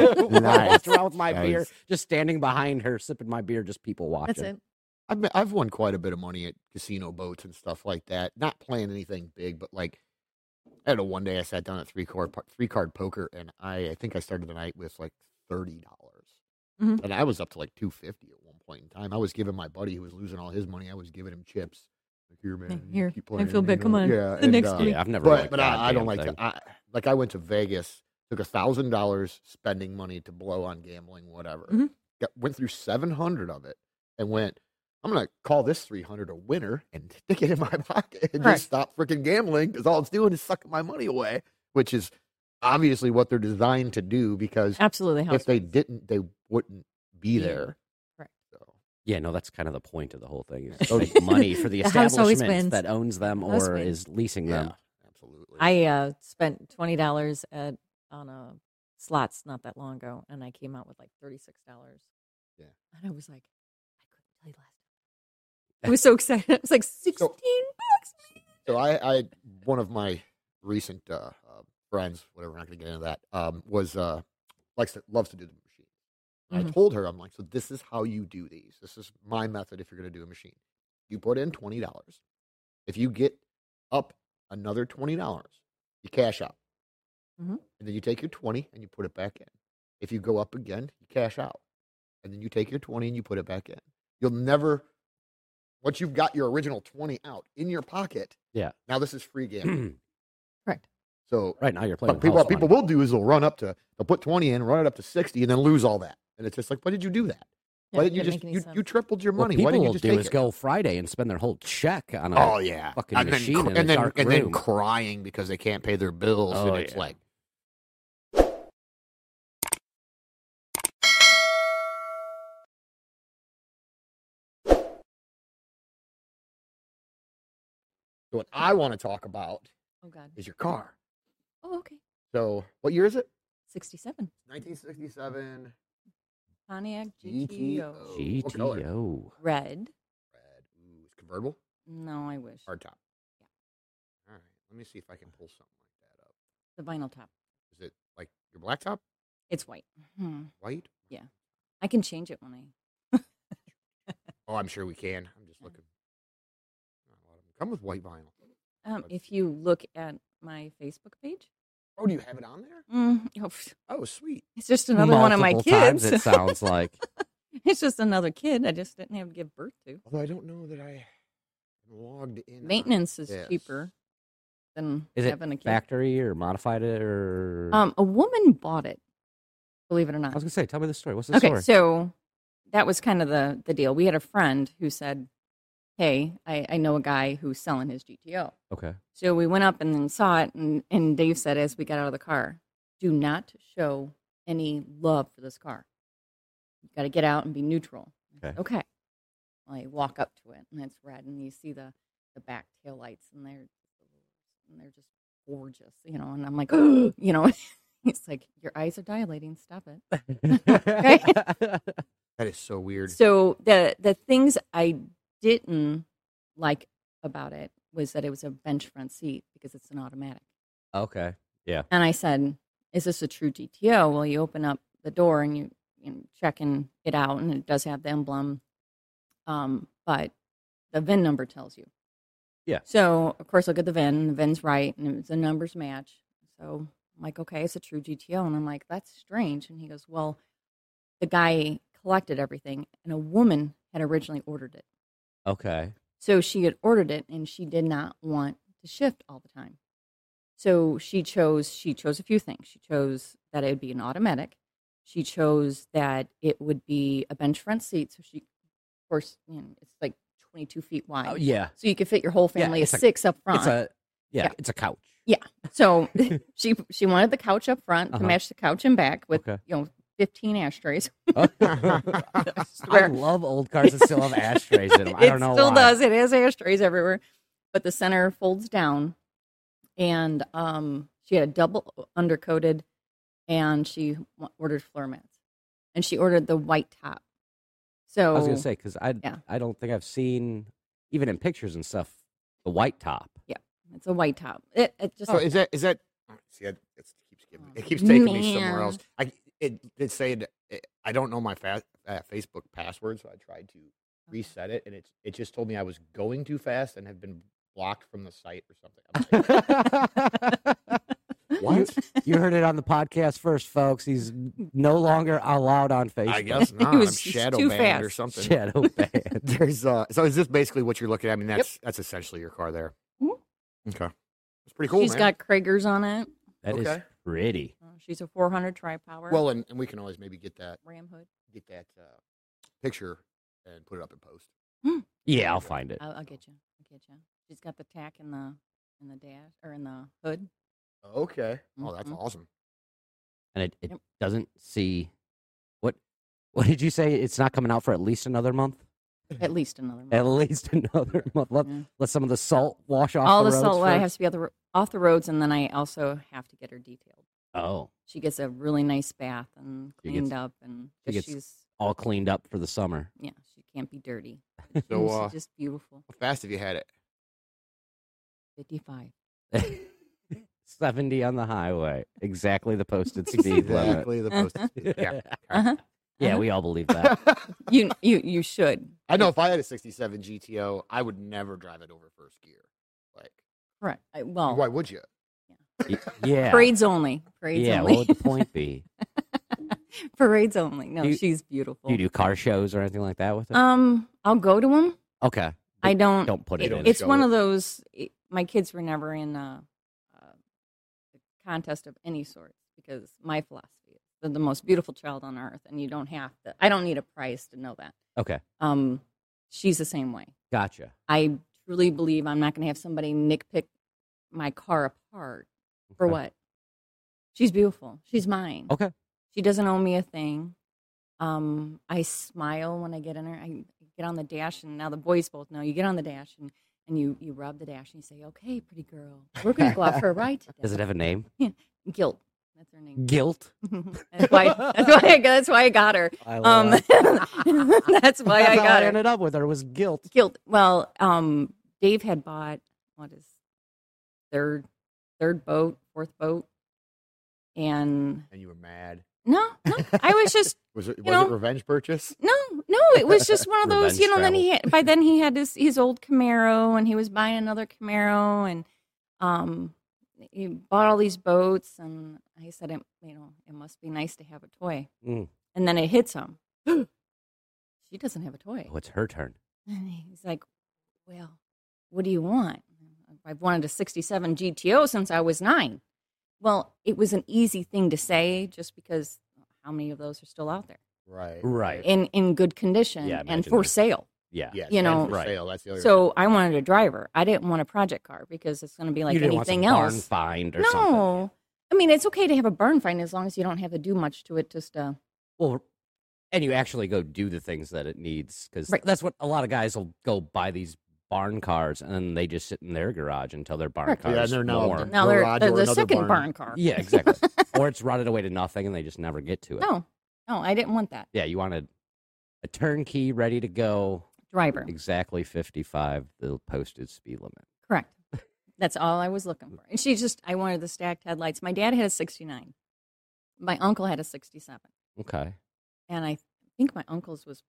I walked around with my beer, Nice. just standing behind her, sipping my beer, just people watching. That's it. I've ma- I've won quite a bit of money at casino boats and stuff like that. Not playing anything big, but like I had a one day I sat down at three card po- three card poker and I I think I started the night with like thirty dollars, Mhm. and I was up to like two fifty at one point in time. I was giving my buddy who was losing all his money, I was giving him chips. Like, here, man, you here, keep I playing, feel you bad. Come know." on, yeah, uh, the next one. Yeah, I've never. but liked but I, I don't goddamn like thing. to, I, like I went to Vegas, took a thousand dollars spending money to blow on gambling, whatever. Mhm. Got, went through seven hundred of it and went. I'm gonna call this three hundred a winner and stick it in my pocket and Correct. just stop freaking gambling because all it's doing is sucking my money away, which is obviously what they're designed to do. Because Absolutely. if House they didn't, they wouldn't be Be there. correct. So, Yeah, no, that's kind of the point of the whole thing is Oh, Yeah. to make money for the, The house always establishment wins. that owns them House or wins. is leasing yeah, them. absolutely. I uh, spent twenty dollars at on a slots not that long ago, and I came out with like thirty six dollars. Yeah. and I was like, I couldn't tell you last. time. I was so excited. It was like sixteen bucks. So I, I one of my recent uh, uh, friends, whatever, we're not going to get into that, um, was uh, likes to, loves to do the machine. And I Mhm. told her, I'm like, so this is how you do these. This is my method if you're going to do a machine. You put in twenty dollars. If you get up another twenty dollars, you cash out, Mhm. and then you take your twenty and you put it back in. If you go up again, you cash out, and then you take your twenty and you put it back in. You'll never once you've got your original 20 out in your pocket. Yeah. Now this is free gambling. Correct. So right now you're playing. but with people, what house people money. will do is they'll run up to, they'll put 20 in, run it up to 60, and then lose all that. And it's just like, why did you do that? why didn't you didn't just, make any you, sense. you tripled your What money. people why didn't will you just do take is it? go Friday and spend their whole check on a. Oh yeah, fucking and then, machine cr- in a and then dark and then room. crying because they can't pay their bills, Oh, and it's yeah. like, So what I want to talk about oh god. is your car. Oh okay. So what year is it? Sixty seven 1967 Pontiac GTO GTO. What color? Red. GTO. red. Ooh, it's convertible. No, I wish Hard top. All right. Let me see if I can pull something like that up. the vinyl top. Is it like your black top? It's white. Hmm. White? I can change it when I. Oh, I'm sure we can. I'm just looking. Not a lot of them come with white vinyl. Um, Let's- if you look at my Facebook page, Oh, do you have it on there? mm, oh, pff, Oh, sweet. it's just another one of my Multiple times kids. It sounds like it's just another kid. I just didn't have to give birth to. Although I don't know that I am logged in. on Maintenance is this. cheaper than is it having a kid. factory or modified it or? um, a woman bought it. Believe it or I not. was gonna say, tell me the story. What's the Okay, story? so that was kind of the the deal. We had a friend who said, "Hey, I, I know a guy who's selling his GTO." okay. So we went up and then saw it, and, and Dave said as we got out of the car, do not show any love for this car. You got to get out and be neutral. I said, okay. Well, I walk up to it, and it's red, and you see the, the back tail lights, and they're and they're just gorgeous, you know. And I'm like, you know, it's like your eyes are dilating. Stop it. That is so weird. So the the things I didn't like about it was that it was a bench front seat because it's an automatic. okay. And I said, "Is this a true GTO?" Well, you open up the door and you, you know, checking it out, and it does have the emblem, um, but the VIN number tells you. Yeah. So of course, look at the VIN. And the VIN's right, and the numbers match. So I'm like, "Okay, it's a true GTO," and I'm like, "That's strange." And he goes, "Well, the guy collected everything, and a woman had originally ordered it." Okay. So she had ordered it and she did not want to shift all the time. So she chose she chose a few things. She chose that it would be an automatic. She chose that it would be a bench front seat. So she, of course, you know, it's like 22 feet wide. Oh, yeah. So you could fit your whole Yeah, family it's of a- six up front. It's a yeah, Yeah. it's a couch. so she she wanted the couch up front Uh-huh. to match the couch in back with Okay. you know 15 ashtrays. I swear. love old cars that still have ashtrays in them. I don't it know still why. does. It has ashtrays everywhere, but the center folds down, and um, she had a double undercoated, and she wa- ordered floor mats, and she ordered the white top. So I was gonna say because I Oh. Yeah. I don't think I've seen even in pictures and stuff the white top. it's a white top. It, it just Oh, So is that is that? See, it, it keeps giving, Oh, it keeps taking me man. somewhere else. I it it's saying it, I don't know my fa- uh, Facebook password, so I tried to reset it, and it's it just told me I was going too fast and have been blocked from the site or something. I'm like, What? you heard it on the podcast first, folks. He's no longer allowed on Facebook. I guess not. was I'm just shadow too banned or fast. something. shadow banned. There's uh. So is this basically what you're looking at? I mean, Yep. that's that's essentially your car there. Mhm. Okay, that's pretty cool. She's man. got Kragers on it. That is Okay. pretty. Uh, She's a 400 tri power. well, and, and we can always maybe get that ram hood. get that uh, picture and put it up in post. Yeah, I'll find it. I'll, I'll get you. I'll get you. She's got the tack in the in the dash or in the hood. Okay. Oh, that's Mhm. awesome. And it, it Yep. doesn't see what what did you say? It's not coming out for at least another month? At least another. At Month. least another month. Let, Yeah. let some of the salt wash off. All the, roads salt first. has to be off the, ro- off the roads, and then I also have to get her detailed. Oh, She gets a really nice bath and She cleaned gets- up, and she 'cause gets- she's all cleaned up for the summer. yeah, she can't be dirty. So she's uh, how just beautiful. fast have you had it? Fifty-five. 70 on the highway. Exactly the posted speed limit. Exactly the post. Yeah. Uh-huh. Yeah, Uh-huh. we all believe that. You you you should. I know if I had a 67 GTO, I would never drive it over first gear. Like, Correct. I, well, why would you? Y- yeah. parades only. Parades yeah, only. what would the point be? parades only. No, You- she's beautiful. Do you do car shows or anything like that with it? Um, I'll go to them. okay. I don't. Don't put it They in. don't It's show one it. of those. It, my kids were never in a, uh a contest of any sort because my philosophy is they're the most beautiful child on earth, and you don't have to. I don't need a prize to know that. okay. Um, she's the same way. Gotcha. I truly believe I'm not going to have somebody nitpick my car apart for Okay. what? She's beautiful. She's mine. Okay. She doesn't owe me a thing. Um, I smile when I get in her. I get on the dash, and now the boys both know. You get on the dash, and, and you you rub the dash, and you say, "Okay, pretty girl, we're gonna go out for a ride." Today. Does it have a name? guilt? That's her name. Guilt. that's why. That's why. I, that's why I got her. I Um, that's why I got her. ended up with her was guilt. Guilt. Well, um, Dave had bought what is third third boat, fourth boat, and And you were mad. no, no, I was just Was it, was know- it revenge purchase? no, no. It was just one of those, you know. Then he had, by then he had his his old Camaro, and he was buying another Camaro, and um, he bought all these boats, and I said, it, you know, it must be nice to have a toy. Mm. And then it hits him. she doesn't have a toy. Oh, it's her turn. And he's like, Well, what do you want? I've wanted a 67 GTO since I was nine. Well, it was an easy thing to say just because how many of those are still out there Right. Right. in, in good condition Yeah, and imagine for that. Oh, sale? Yeah. Yes, You and know- for Right. sale, That's the other So I wanted a driver. I didn't want a project car because it's going to be like you didn't anything want some barn else. find or no. something. I mean, it's okay to have a burn find as long as you don't have to do much to it. Just uh, Well, and you actually go do the things that it needs because Right. that's what a lot of guys will go buy these barn cars and then they just sit in their garage until their barn Correct. cars. Yeah, and they're now up warm. to- now they're, Garage they're or the another second barn. barn, car. Yeah, exactly. or it's rotted away to nothing and they just never get to it. No, no, I didn't want that Yeah, you wanted a turnkey ready to go driver. exactly 55 the posted speed limit. Correct. That's all I was looking for. And she just, I wanted the stacked headlights. My dad had a 69. My uncle had a 67. Okay. And I think my uncle's was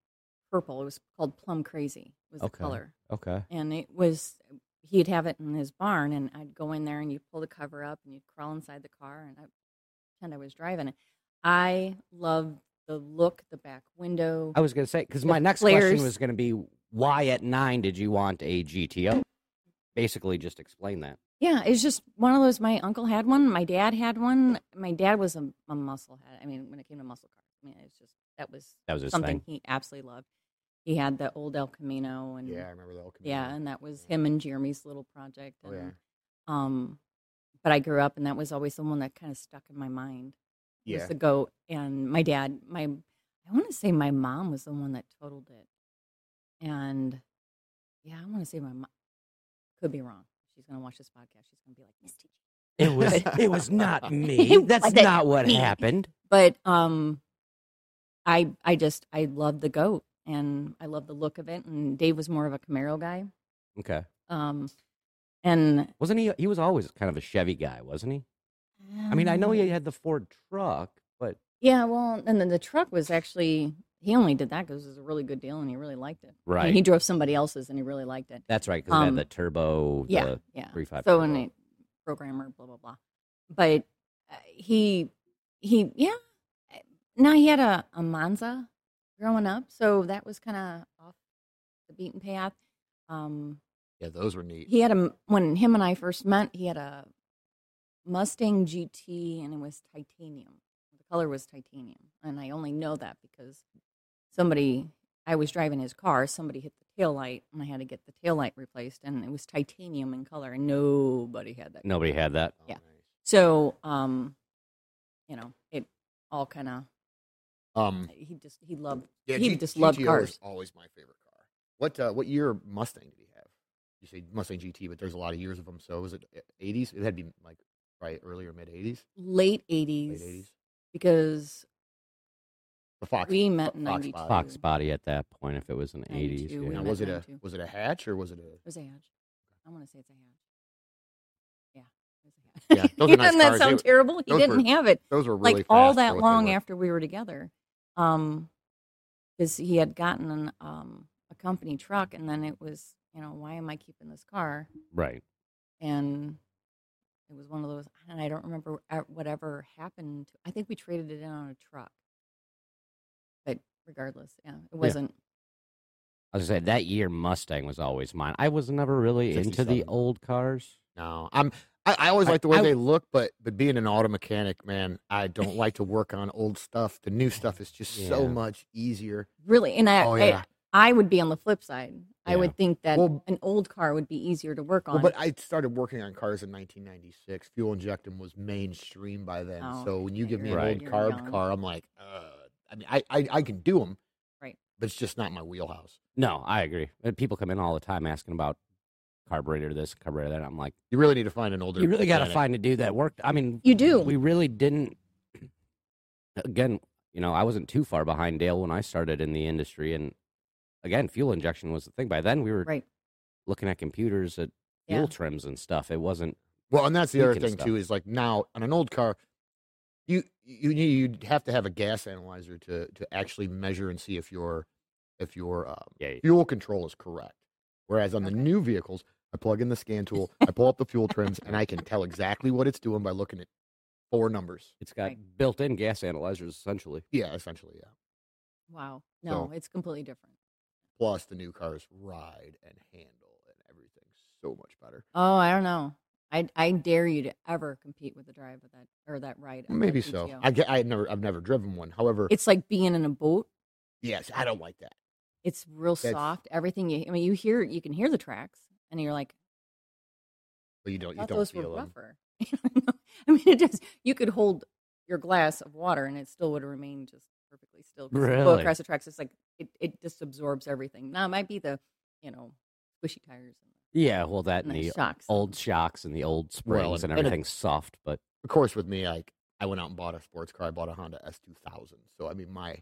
purple. It was called Plum Crazy, was Okay. the color. Okay. And it was, he'd have it in his barn, and I'd go in there and you'd pull the cover up and you'd crawl inside the car, and I pretend I was driving it. I loved the look, the back window. I was going to say cuz The my next flares. question was going to be why at nine did you want a GTO? Basically, just explain that. Yeah, it's just one of those. My uncle had one. My dad had one. My dad was a, a muscle head. I mean, when it came to muscle cars, I mean, it's just that was That was his something thing. he absolutely loved. He had the old El Camino, and Yeah, I remember that. yeah, and that was him and Jeremy's little project. Oh, and, yeah. Um, but I grew up, and that was always the one that kind of stuck in my mind. Yeah, Was the goat, and my dad, my I want to say my mom was the one that totaled it, and yeah, I want to say my mom could be wrong. She's gonna watch this podcast. She's gonna be like, Miss Teacher. It was. it was not me. It That's wasn't not what me. happened. but um i i just i love the goat and i love the look of it and dave was more of a camaro guy Okay. um and Wasn't he? He was always kind of a Chevy guy, wasn't he? I mean, I know Mm. he had the Ford truck, but um, yeah well and then the truck was actually he only did that because it was a really good deal and he really liked it I mean, right. he drove somebody else's and he really liked it That's right, because Um, they had the turbo. yeah the- yeah 3.5 so turbo. and it programmer blah blah blah but uh, he he yeah uh, now he had a, a manza growing up so that was kind of off the beaten path um yeah, those were neat. he had a when him and I first met. He had a Mustang GT, and it was titanium. The color was titanium, and I only know that because somebody I was driving his car. Somebody hit the tail light, and I had to get the tail light replaced, and it was titanium in color, and nobody had that. nobody had that. Oh, yeah. nice. So, um, you know, it all kind of Um, he just he loved yeah, he G- just loved GTO cars. Is always my favorite car. What uh, what year Mustang did he have? You say Mustang GT, but there's a lot of years of them. So was it 80s? It had to be like probably early or mid 80s, late late eighties 80s. because The Fox. we met in Fo- Fox ninety two. body. Fox body at that point, if it was in the 92, eighties. we Now, met was it in a 92. was it a hatch or was it a It was a hatch. I want to say it's a hatch. Yeah, it was a Yeah, hatch. those are Doesn't nice that cars. They sound were- terrible? He those didn't were have it those were really like all fast for that what they long were. after we were together, um, because he had gotten an, um, a company truck, and then it was you know why am I keeping this car? Right. And it was one of those, and I don't remember uh, whatever happened. to- I think we traded it in on a truck, but regardless, yeah, it wasn't. I was gonna say that year Mustang was always mine. I was never really into the 67. old cars. No, I'm. I, I always I- like the way I- they look, but but being an auto mechanic, man, I don't like to work on old stuff. The new stuff is just so Yeah. much easier. Really, and I, oh I- yeah, I would be on the flip side. I Yeah. would think that Well- an old car would be easier to work Well, on. but I started working on cars in 1996. Fuel injecting was mainstream by then. Oh, so when you yeah, give me an you're- old you're carb young. car, I'm like, uh, I mean, I, I I can do them, Right. But it's just not my wheelhouse. No, I agree. And people come in all the time asking about carburetor this, carburetor that. I'm like, You really need to find an older. you really got to mechanic. find a dude that worked. I mean, you do. we really didn't. Again, you know, I wasn't too far behind Dale when I started in the industry, and again, fuel injection was the thing. By then, we were Right. looking at computers at Yeah. fuel trims and stuff. It wasn't Well, and that's the You other can thing stop. too is like now on an old car, you you need you'd have to have a gas analyzer to to actually measure and see if your if your um, yeah, fuel control is correct. Whereas on the Okay. new vehicles, I plug in the scan tool, I pull up the fuel trims, and I can tell exactly what it's doing by looking at four numbers. it's got Right. built-in gas analyzers essentially. Yeah, essentially, yeah. wow. No, So- it's completely different. Plus, the new cars ride and handle and everything so much better. Oh, I don't know. I I dare you to ever compete with the drive of that or that ride. of that Maybe so. GTO. I get. I never. I've never driven one. However, it's like being in a boat. yes, I don't like that. It's real That's- soft. Everything you I mean, you hear you can hear the tracks, and you're like, But you I don't. You thought don't those were feel um, them. rougher. I mean, it just you could hold your glass of water and it still would remain just perfectly still. 'cause the flow Really? across the tracks, it's like it, it just absorbs everything. Now it might be the you know squishy tires Yeah, well, that and, and the the shocks. old shocks and the old springs Well, and and it- everything's soft, but Of course, with me, like I went out and bought a sports car. I bought a Honda S two thousand. So I mean, my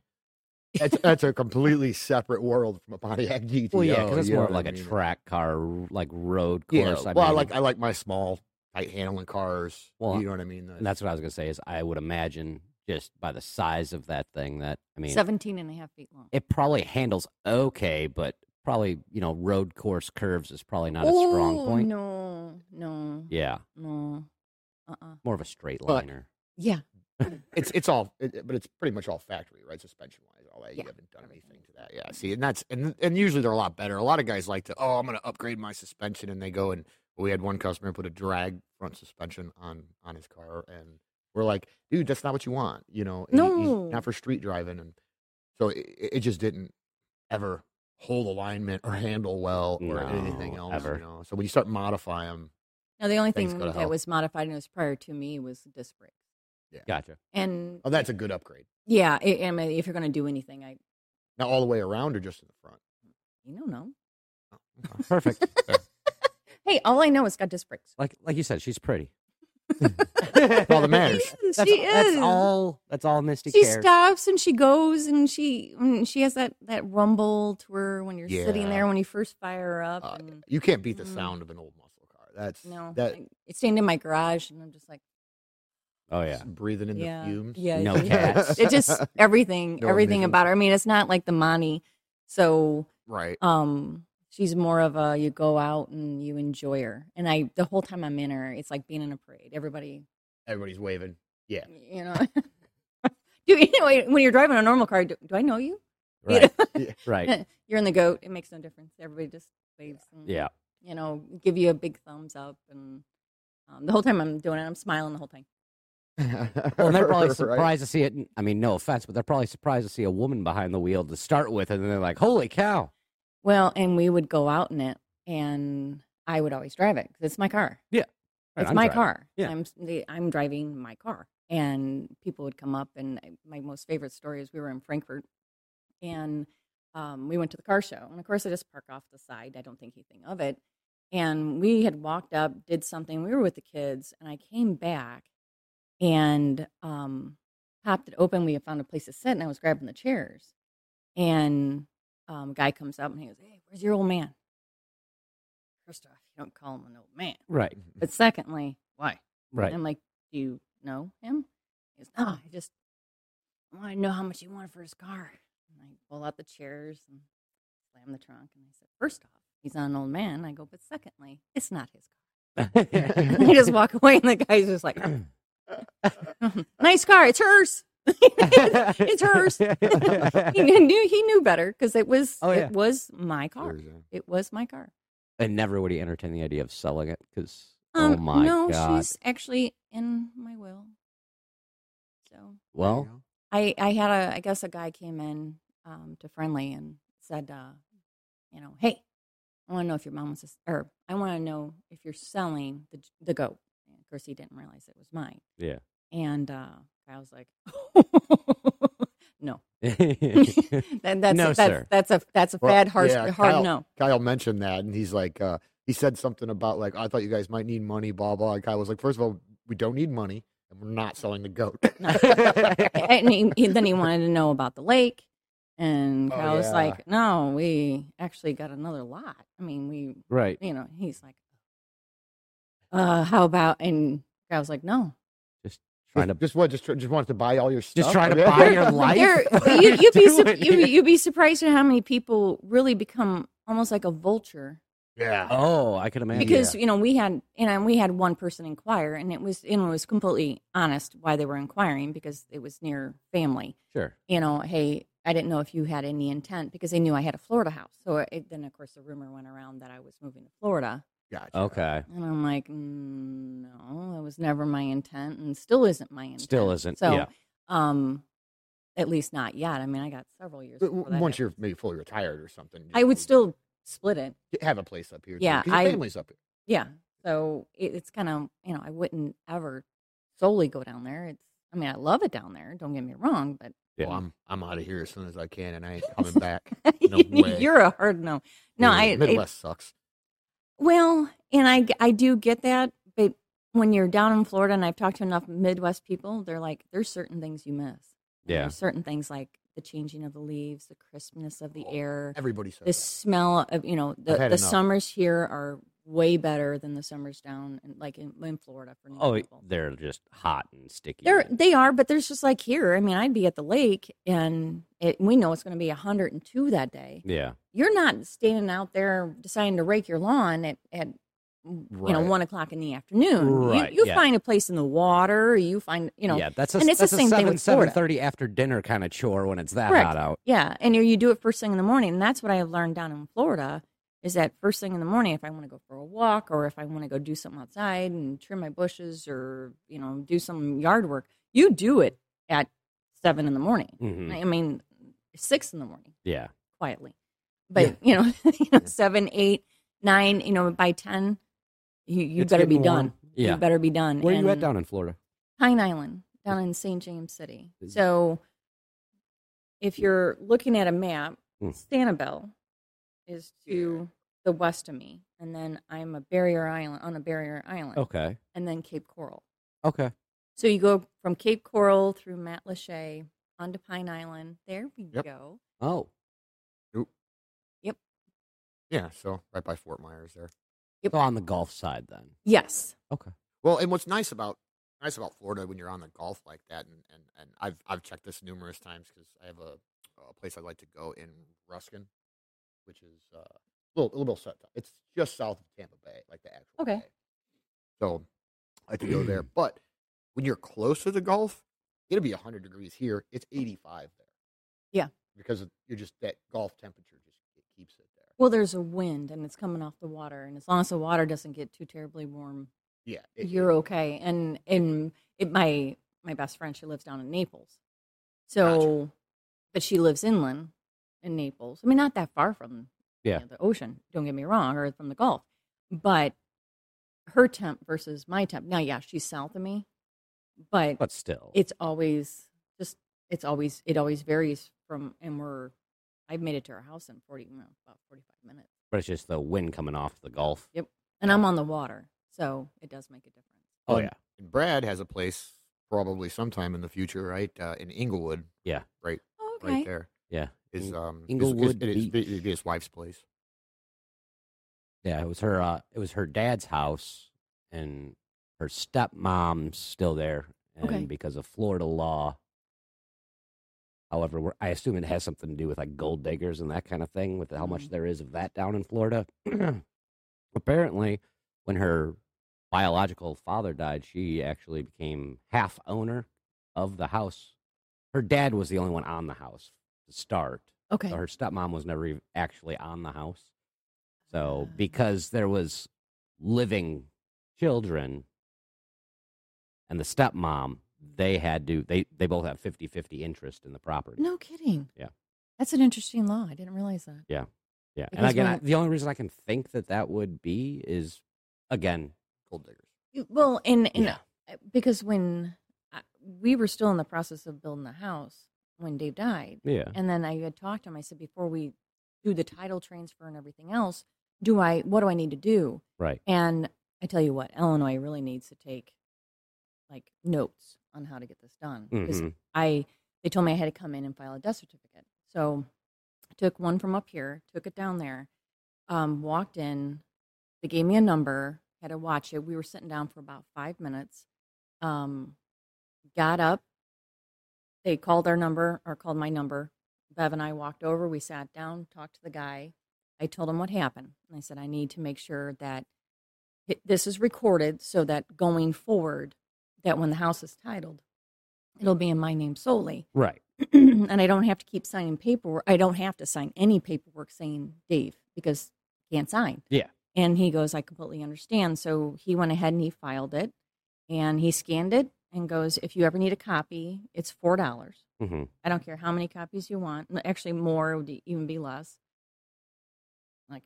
that's that's a completely separate world from a Pontiac GTO. well, Oh, yeah, because it's you more know of what like I a mean? track car, r- like road course. Yeah, I well, I mean, like I like my small, tight handling cars. Well, you know what I mean. The- and that's what I was gonna say is I would imagine just by the size of that thing that I mean, 17 and a half feet long. it probably handles okay, but probably you know road course curves is probably not a strong Oh, point. No, no, Yeah, no. Uh uh more of a straight But- liner. Yeah. it's it's all, it, it- but it's pretty much all factory, right? Suspension wise, Like, Yeah, You haven't done everything anything is to that. Yeah. See, and that's and and usually they're a lot better. A lot of guys like to, oh, I'm going to upgrade my suspension, and they go and we had one customer put a drag front suspension on on his car, and we're like, dude, that's not what you want, you know? and he- he's No. not for street driving, and so it, it it just didn't ever hold alignment or handle well or anything No, else. ever. You know? So when you start modifying them, Now, the only Things thing go to that hell. was modified and was prior to me was the disc brakes. Gotcha. And oh, that's a good upgrade. yeah, i I mean, if you're going to do anything, I Now all the way around or just in the front. you don't know. Oh, okay. Perfect. Hey, all I know is got disc brakes. like like you said, she's pretty. That's all that matters. She is. That's, she that's is. all. That's all Misty she cares. stops and she goes and she mm, she has that that rumble to her when you're sitting Yeah. there when you first fire her up. Uh, and You can't beat the Mm. sound of an old muscle car. That's no, that I- it's staying in my garage, and I'm just like, Oh yeah. breathing in yeah, the fumes. yeah, No yeah. cats. It just everything, No everything emissions. about her. I mean, it's not like the Monty, so right. um, she's more of a you go out and you enjoy her. And I the whole time I'm in her, it's like being in a parade. Everybody Everybody's waving. Yeah. you know. do you know when you're driving a normal car? Do, do I know you? You Right. know? Right. you're in the goat. It makes no difference. Everybody just waves. And, Yeah. You know, give you a big thumbs up, and um, the whole time I'm doing it, I'm smiling the whole time. Well, and they're probably Right. surprised to see it. I mean, no offense, but they're probably surprised to see a woman behind the wheel to start with, and then they're like, "Holy cow!" Well, and we would go out in it, and I would always drive it 'cause it's my car. Right, it's I'm my driving. car. Yeah. I'm s- the- I'm driving my car, and people would come up. And I- my most favorite story is we were in Frankfurt, and um, we went to the car show. And of course, I just park off the side. I don't think anything of it. And we had walked up, did something. We were with the kids, and I came back and um, popped it open. We had found a place to sit, and I was grabbing the chairs. And um, guy comes up and he goes, "Hey, where's your old man?" First off, you don't call him an old man. Right. But secondly, why? Right. I'm like, do you know him? He goes, no, I just want to know how much he wanted for his car. And I pull out the chairs and slam the trunk. And I said, first off, he's not an old man. I go, but secondly, it's not his car. And I just walk away, and the guy's just like, nice car. It's hers. it's hers. he knew he knew better because it was Oh, yeah. it was my car. There's a- It was my car. and never would he entertain the idea of selling it because Um, oh my no, god. she's actually in my will. So well, there you I, I had a, I guess a guy came in um, to Friendly and said, uh, you know, hey, I want to know if your mom wants to, s- or I want to know if you're selling the j- the goat. And of course, he didn't realize it was mine. Yeah. And uh, I was like, no, that, that's No, a, that's, sir. that's a that's a Well, bad hard yeah, hard Kyle- no. go. Kyle mentioned that, and he's like, uh, he said something about like, I thought you guys might need money, blah blah. And Kyle was like, first of all, we don't need money, and we're not selling the goat. No. and he, he- then he wanted to know about the lake. And Oh, I was yeah. like, no, we actually got another lot. I mean, we right. you know, he's like, uh, how about? And I was like, no. Trying to just what? Just tr- just wanted to buy all your stuff. just trying to Yeah. buy your life. There, What are you, you'd, be doing sup- you, here? you'd be surprised at how many people really become almost like a vulture Yeah. Oh, I can imagine. because you know we had and we had one person inquire and it was and it was completely honest why they were inquiring because it was near family sure. you know, hey, I didn't know if you had any intent because they knew I had a Florida house. So it, then, of course, the rumor went around that I was moving to Florida. Gotcha. Okay. And I'm like, mm, no, that was never my intent and still isn't my intent. Still isn't. So, yeah. um, at least not yet. I mean, I got several years. But before w- that Once you're happens. maybe fully retired or something, I would still split it. have a place up here. too, Yeah, 'cause your I- family's up here. Yeah. So it, it's kind of, you know, I wouldn't ever solely go down there. It's, I mean, I love it down there. Don't get me wrong, but Yeah. Well, I'm I'm out of here as soon as I can, and I ain't coming back. No way. you're a hard no. Yeah, No, I, it- Midwest sucks. Well, and I, I do get that, but when you're down in Florida, and I've talked to enough Midwest people, they're like, there's certain things you miss. And Yeah. There's certain things like the changing of the leaves, the crispness of the Oh, air, Everybody says the that. smell of, you know, the, I've had the enough. summers here are way better than the summers down in, like in, in Florida for new Oh, people. they're just hot and sticky. They're, they are, but there's just like here. I mean, I'd be at the lake and it, we know it's going to be 102 that day yeah. you're not standing out there deciding to rake your lawn at, at you know Right. one o'clock in the afternoon. Right, You, you yeah. find a place in the water. You find you know yeah, that's a, and it's the that's a same thing 7, with Florida. 7.30 after dinner kind of chore when it's that Correct. hot out. Yeah, and you- you do it first thing in the morning, and that's what I have learned down in Florida is that first thing in the morning, if I want to go for a walk or if I want to go do something outside and trim my bushes or you know do some yard work, you do it at seven in the morning. Mhm. I mean, six in the morning Yeah. quietly, but you know, you know, seven, eight, nine, you know, by ten, you you It's better be getting warm. done. Yeah. You better be done. Where are you at And- down in Florida? Pine Island down in St. James City. Is- So if you're looking at a map, Hmm. Sanibel is to the west of me, and then I'm a barrier island on a barrier island, Okay. and then Cape Coral. Okay. So you go from Cape Coral through Matlacha onto Pine Island. There we Yep. go. Oh, Yeah, so right by Fort Myers there. Yep. so on the Gulf side then. Yes. Well, and what's nice about nice about Florida when you're on the Gulf like that, and and, and I've I've checked this numerous times because I have a, a place I'd like to go in Ruskin, which is uh, a little a little bit south. It's just south of Tampa Bay, like the actual. Okay. Bay. So I like to go there, but when you're close to the Gulf, it'll be 100 degrees here. It's 85 there. Yeah. Because of, you're just that Gulf temperature just it keeps it there. Well, there's a wind, and it's coming off the water, and as long as the water doesn't get too terribly warm, Yeah. it- it- you're okay. And and it, my my best friend, she lives down in Naples, so but she lives inland in Naples. I mean, not that far from you Yeah. know, the ocean. Don't get me wrong, or from the Gulf, but her temp versus my temp. Now, yeah, she's south of me, but But still. it's always just it's always it always varies from. And we're I've made it to her house in forty well, about forty five minutes, but it's just the wind coming off the Gulf. and I'm on the water, so it does make a difference. Oh, Um, yeah. And Brad has a place probably sometime in the future, right? Uh, in Inglewood. Yeah. Right Oh, right there. Yeah. Is In- um is- is- Inglewood it is- Beach. it'd be his wife's place. Yeah, it was her. Uh, it was her dad's house, and her stepmom's still there. And Okay. because of Florida law, however, we're, I assume it has something to do with like gold diggers and that kind of thing, with how much Mhm. there is of that down in Florida. Apparently, when her biological father died, she actually became half owner of the house. Her dad was the only one on the house to start, Okay. so her stepmom was never ev- actually on the house. So Ah. because there was living children and the stepmom, they had to they they both have 50-50 interest in the property. No kidding. Yeah. That's an interesting law. I didn't realize that. yeah. And because again, I, when- the only reason I can think that that would be is again, Gold diggers. You- Well, and, and Yeah. uh, because when I, we were still in the process of building the house when Dave died, yeah. and then I had talked to him, I said, before we do the title transfer and everything else, do I, what do I need to do? Right. And I tell you what, Illinois really needs to take like notes on how to get this done. 'Cause Mhm. I they told me I had to come in and file a death certificate. So I took one from up here, took it down there, um, walked in, they gave me a number, had to watch it. We were sitting down for about five minutes. Um, got up, they called our number or called my number. Bev and I walked over, we sat down, talked to the guy. I told him what happened. And I said, I need to make sure that it, this is recorded so that going forward, that when the house is titled, it'll be in my name solely. Right. and I don't have to keep signing paperwork. I don't have to sign any paperwork saying Dave because I can't sign. Yeah. And he goes, I completely understand. So he went ahead and he filed it and he scanned it and goes, if you ever need a copy, it's $4. hmm I don't care how many copies you want. No, Actually, more would e, even be less. Like,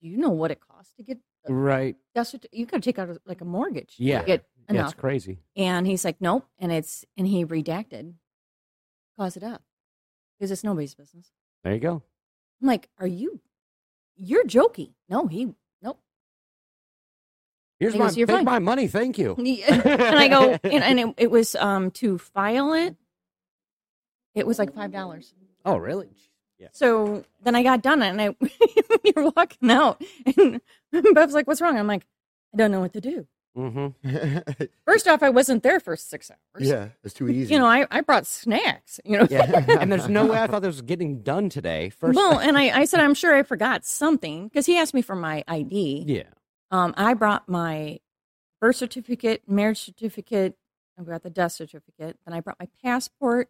do you know what it costs to get? Right. That's what you got to take out like a mortgage. to Yeah. get Yeah, enough. it's crazy. And he's like, nope. And it's and he redacted, cause it up, because it's nobody's business. There you go. I'm like, are you? You're joking. No, he nope. Here's He my goes, "You're take fine." my money. Thank you. and I go and, and it, it was um to file it. It was like five dollars. Oh, really? Yeah. So then I got done and I you're walking out and Bev's like, What's wrong? I'm like, I don't know what to do. Mm-hmm. First off, I wasn't there for six hours. yeah, it's too easy. You know, I, I brought snacks, you know. Yeah. and there's no way I thought this was getting done today. First well, and I, I said, I'm sure I forgot something because he asked me for my ID. Yeah. Um, I brought my birth certificate, marriage certificate. I brought the death certificate. Then I brought my passport,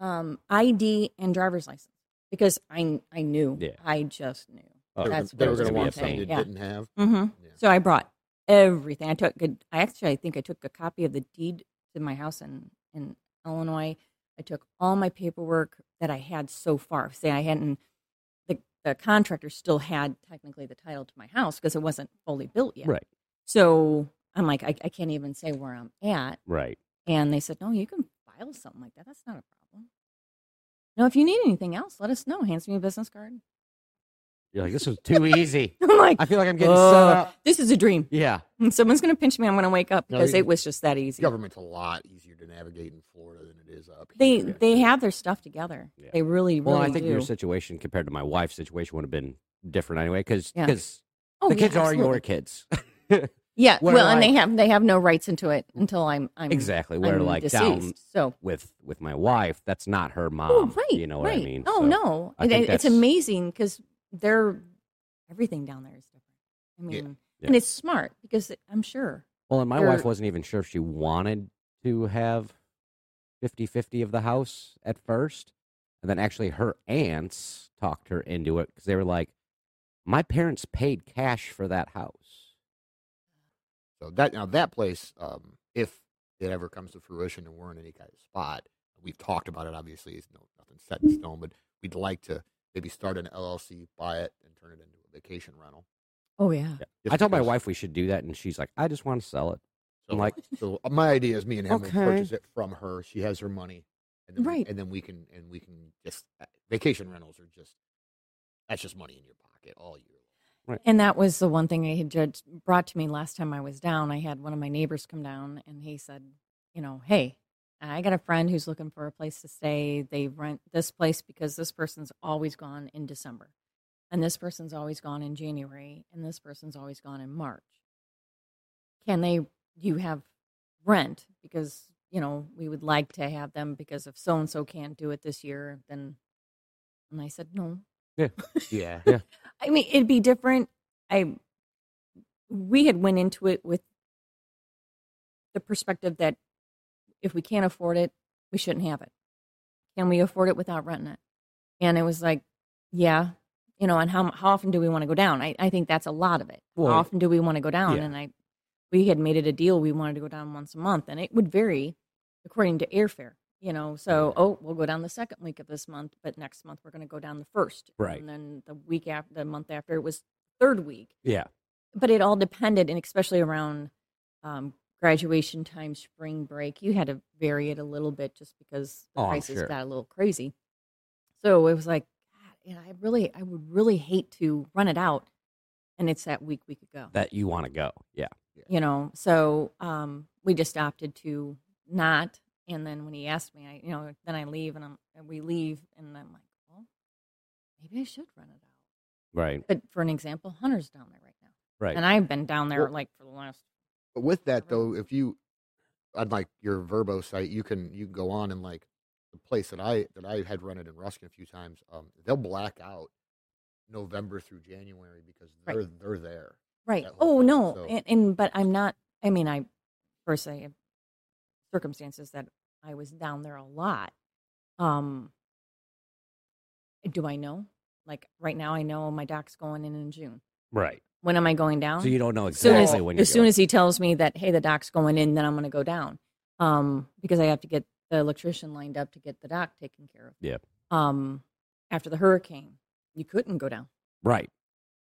um, ID, and driver's license because I I knew. Yeah. I just knew. Oh, They were- That's they were what going to it's Uh, gonna want be a something pain. they Yeah. didn't have. Mm-hmm. Yeah. So I brought everything. I took good. I actually I think I took a copy of the deed to my house in in Illinois. I took all my paperwork that I had so far. Say I hadn't. The, the contractor still had technically the title to my house because it wasn't fully built yet. Right. So I'm like, I, I can't even say where I'm at. Right. And they said, no, you can file something like that. That's not a problem. No, if you need anything else, let us know. Hands me a business card. You're like, this was too easy. I'm like, I feel like I'm getting "Oh, set up. This is a dream. Yeah. When someone's going to pinch me. I'm going to wake up No, because you- it was just that easy. Government's a lot easier to navigate in Florida than it is up They here. they have their stuff together. Yeah. They really Well, really I think do. your situation compared to my wife's situation would have been different anyway because Yeah. oh, the yeah, kids are your absolutely. kids. yeah. where, Well, and like- they have they have no rights into it until I'm I'm exactly. I'm We're like deceased. down So with with my wife. That's not her mom. oh right, You know what right. I mean? Oh So- no, I It- think it's that's- amazing because they're everything down there is different. I Yeah. mean, Yeah. and it's smart because it- I'm sure Well, and my You're- wife wasn't even sure if she wanted to have 50 50 of the house at first. And then actually, her aunts talked her into it because they were like, my parents paid cash for that house. So that now that place, um, if it ever comes to fruition and we're in any kind of spot, we've talked about it. Obviously, it's no nothing set in stone, but we'd like to maybe start an LLC, buy it, and turn it into a vacation rental. Oh yeah. Just I told my because- wife we should do that. And she's like, I just want to sell it. So, I'm like, so uh, my idea is me and him Okay. will purchase it from her. She has her money, and then we- Right. and then we can and we can just uh, vacation rentals are just that's just money in your pocket all year. And that was the one thing I had judged brought to me last time I was down. I had one of my neighbors come down and he said, you know, hey, I got a friend who's looking for a place to stay. They rent this place because this person's always gone in December. And this person's always gone in January. And this person's always gone in March. Can they you have rent? Because, you know, we would like to have them because if so and so can't do it this year, then and I said, No, Yeah, I mean, it'd be different. I we had went into it with the perspective that if we can't afford it, we shouldn't have it. Can we afford it without renting it? And it was like, yeah, you know. And how how often do we want to go down? I, I think that's a lot of it. Well, how often do we want to go down? yeah. And I we had made it a deal we wanted to go down once a month, and it would vary according to airfare. You know, so oh, we'll go down the second week of this month, but next month we're going to go down the first. Right. And then the week after, the month after, it was third week. yeah. But it all depended, and especially around um, graduation time, spring break, you had to vary it a little bit just because the Oh, I'm prices sure. got a little crazy. So it was like, God, you know, I really, I would really hate to run it out, and it's that week we could go That you want to go. Yeah. you know so um we just opted to not and then when he asked me i you know then i leave and i'm and we leave and i'm like well maybe i should run it out Right. but for an example hunter's down there right now Right. and i've been down there Well- like for the last But with that Everyone- though, if you unlike your Verbo site, you can you can go on and like the place that I that I had rented in Ruskin a few times, um, they'll black out November through January because Right. they're they're there. right that whole oh time, no so- and, and but i'm not i mean i first i have circumstances that i was down there a lot um do i know like right now i know my doc's going in in june right. when am i going down So you don't know soon exactly as, when you're as soon as he tells me that hey the doc's going in then i'm going to go down um, because i have to get the electrician lined up to get the dock taken care of Yep. um, after the hurricane you couldn't go down Right.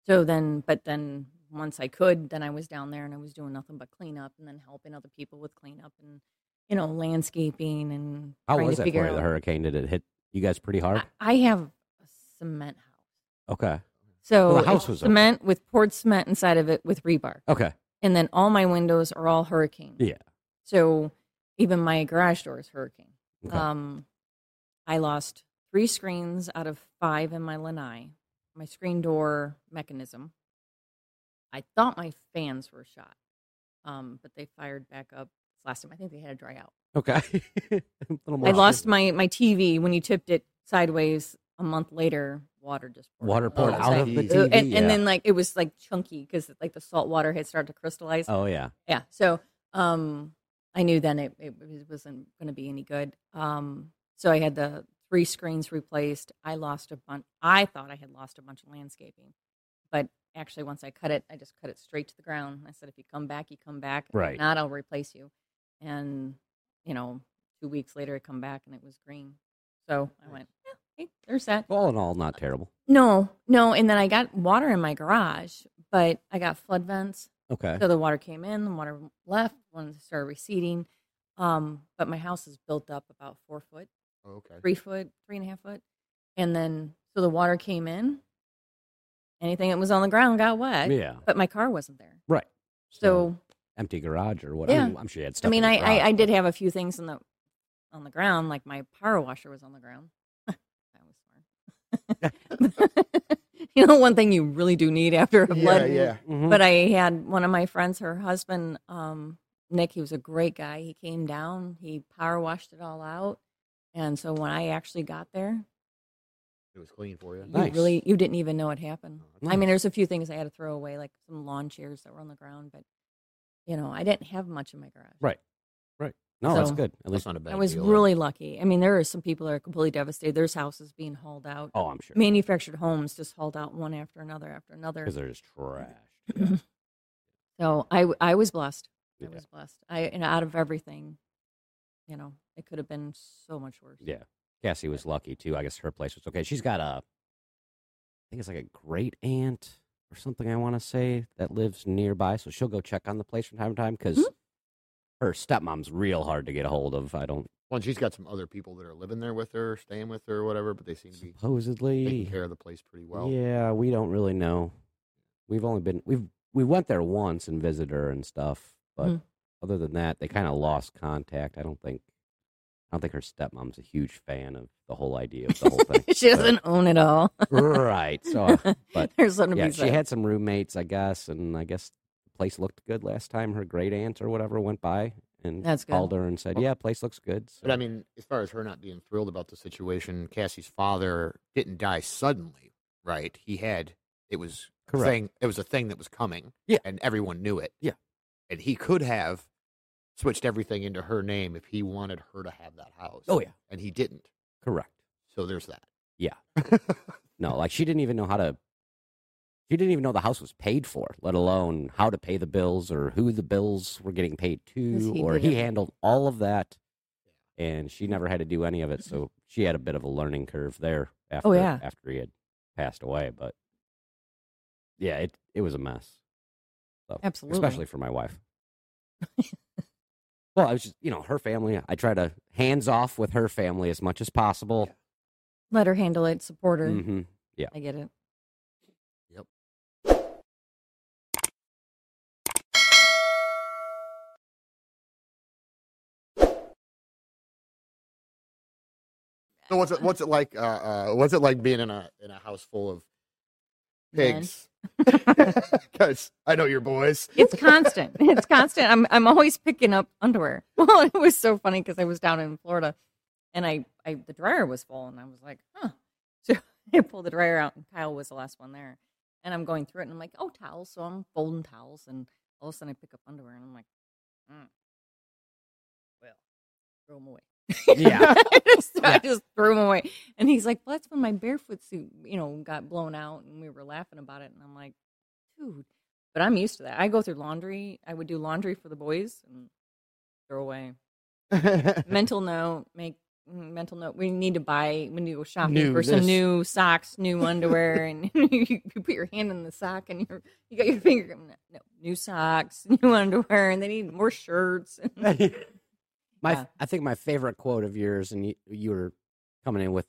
so then but then once i could then i was down there and i was doing nothing but cleanup and then helping other people with cleanup and you know landscaping and How trying was to that for figure you, the out hurricane? Did it hit you guys pretty hard? I, I have a cement house okay. so Well, the house it's was okay. cement with poured cement inside of it with rebar Okay. and then all my windows are all hurricane Yeah. So even my garage door is hurricane. Okay. Um, I lost three screens out of five in my lanai, my screen door mechanism. I thought my fans were shot, um, but they fired back up this last time. I think they had to dry out. okay. A little more I lost my, my TV when you tipped it sideways a month later. water just poured Water out. poured It was out like- of the Jeez. Uh, TV. and, and yeah. then like it was like chunky because like the salt water had started to crystallize. oh yeah, Yeah. So um, I knew then it, it was- wasn't going to be any good. Um, so I had the three screens replaced. I lost a bunch. I thought I had lost a bunch of landscaping, but actually, once I cut it, I just cut it straight to the ground. I said, if you come back, you come back. If Right. not, I'll replace you. And you know, two weeks later, I come back and it was green. So I went, yeah, hey, there's that. all in all, not terrible. No, no. And then I got water in my garage, but I got flood vents. Okay, So the water came in, the water left, when it started receding. Um, but my house is built up about four foot, Oh, Okay. three foot, three and a half foot. And then, so the water came in. Anything that was on the ground got wet, yeah. but my car wasn't there. So, So, empty garage or what? I mean, I'm sure you had I stuff. mean, in I, your garage, I, I did but- have a few things in the, on the ground, like my power washer was on the ground. that was smart. you know, one thing you really do need after a Yeah, flood yeah. Mhm. but I had one of my friends, her husband, um, Nick, he was a great guy. He came down, he power washed it all out. And so when I actually got there, It was clean for you. Nice. you really you didn't even know it happened. Oh, I mean, there's a few things I had to throw away, like some lawn chairs that were on the ground, but you know, I didn't have much in my garage. Right. no, that's so- good. At That's least, not a bad I was deal. really lucky. I mean, there are some people that are completely devastated. There's houses being hauled out. oh, I'm sure Manufactured homes just hauled out one after another after another. because there's trash. Mhm. So I w- I was blessed. Yeah. I was blessed. I and out of everything, you know, it could have been so much worse. Yeah. Cassie was lucky too. I guess her place was okay. She's got a, I think it's like a great aunt or something. I want to say that lives nearby, so she'll go check on the place from time to time because Mhm. her stepmom's real hard to get a hold of. I don't Well, and she's got some other people that are living there with her, staying with her, or whatever, but they seem to be taking supposedly. care of the place pretty well. Yeah, we don't really know. We've only been we've we went there once and visited her and stuff, but Mhm. other than that, they kind of lost contact. I don't think. I don't think her stepmom's a huge fan of the whole idea of the whole thing. she but- doesn't own it all. right. So uh, but There's something to yeah, be she said. had some roommates, I guess, and I guess the place looked good last time. Her great aunt or whatever went by and That's good. called her and said, Well- "Yeah, place looks good." So, But I mean, as far as her not being thrilled about the situation, Cassie's father didn't die suddenly, right? He had it was a Correct. thing it was a thing that was coming. Yeah. And everyone knew it. Yeah. And he could have switched everything into her name if he wanted her to have that house. oh yeah, And he didn't. correct. So there's that. Yeah. No, like she didn't even know how to. She didn't even know the house was paid for, let alone how to pay the bills or who the bills were getting paid to, he or did he everything. handled all of that, and she never had to do any of it. So she had a bit of a learning curve there after Oh, yeah. after he had passed away. But yeah, it it was a mess. So, Absolutely. especially for my wife. well, I was just you know her family. I try to hands off with her family as much as possible. Let her handle it, support her. hmm I get it. So what's it what's it like uh, uh what's it like being in a in a house full of Men. pigs? Because I know your boys. It's constant. It's constant. I'm I'm always picking up underwear. Well, it was so funny because I was down in Florida, and I, I the dryer was full, and I was like, huh. So I pulled the dryer out, and Kyle was the last one there, and I'm going through it, and I'm like, oh, towels. So I'm folding towels, and all of a sudden I pick up underwear, and I'm like, mm. well, throw them away. Yeah. I, just, Yeah. I just threw them away, and he's like, well, that's when my barefoot suit, you know, got blown out, and we were laughing about it, and I'm like, dude but I'm used to that. I go through laundry. I would do laundry for the boys and throw away. Mental note, make mm, mental note. We need to buy. We need to go shopping New for some this. new socks, new underwear, and you, you put your hand in the sock and you you got your finger. No, no, new socks, new underwear, and they need more shirts. My, Yeah. I think my favorite quote of yours, and you, you were coming in with,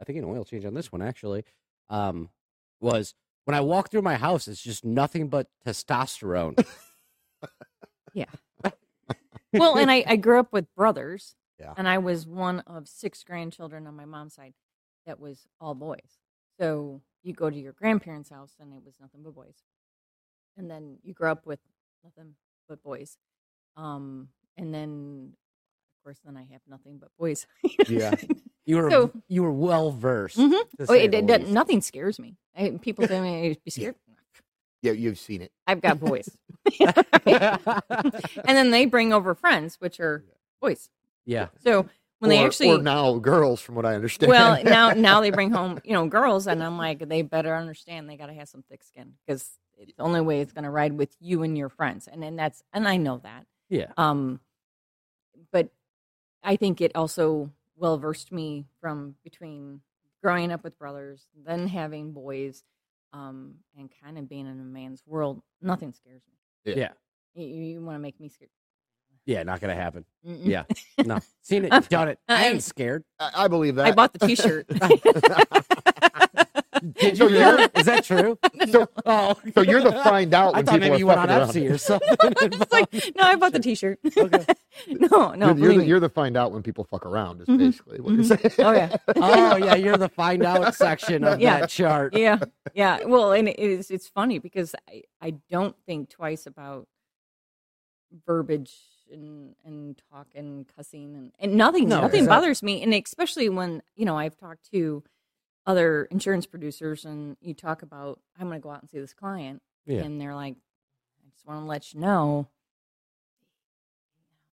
I think an oil change on this one actually, um, was when I walk through my house, it's just nothing but testosterone. well, and I, I grew up with brothers, Yeah. and I was one of six grandchildren on my mom's side that was all boys. So you go to your grandparents' house, and it was nothing but boys. And then you grow up with nothing but boys. Um, and then, of course, then I have nothing but boys. Yeah. You were So- you were well versed. Mhm. to Oh, say it, the it, doesn't- least. nothing scares me. I, people tell me I'd be scared. Yeah, you've seen it. I've got boys. and then they bring over friends, which are boys. yeah. So when they Or- actually or now girls, from what I understand. well now now they bring home you know girls and i'm like they better understand they got to have some thick skin because it's the only way it's going to ride with you and your friends and and that's and i know that Yeah. um but i think it also well versed me from between growing up with brothers then having boys um and kind of being in a man's world nothing scares me Yeah. you, you want to make me scared Yeah, not gonna happen. Mm-mm. Yeah. No. Seen it, done it. I ain't scared. I, I believe that. i bought the t-shirt Did So you you're- really? Is that true? So- oh. so you're the find out. I When thought people maybe are you went on fucking around. Etsy or something. It's like, no, I bought the T-shirt. Okay. no, no, you're, you're believe the, me. you're the find out when people fuck around. Is Mhm. basically what you're saying. oh yeah, oh yeah, you're the find out section of Yeah. that chart. yeah, yeah. Well, and it is. It's funny because I, I don't think twice about verbiage and and talk and cussing and, and nothing No, nothing exactly. bothers me and especially when you know I've talked to other insurance producers and you talk about I'm going to go out and see this client Yeah. and they're like I just want to let you know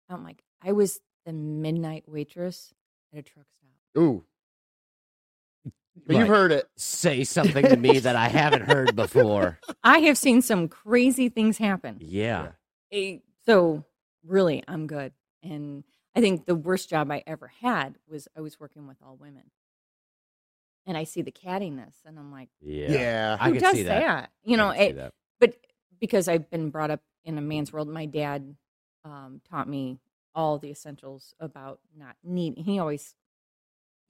I'm like I was the midnight waitress at a truck stop Ooh, but you've Right. heard it. Say something to me that I haven't heard before. I have seen some crazy things happen. Yeah. Eh, So really, I'm good. And I think the worst job I ever had was I was working with all women. And I see the cattiness and I'm like, Yeah. Yeah, I who can does see that. that? You know, I can see it, that. but because I've been brought up in a man's world, my dad um, taught me all the essentials about not needing. He always,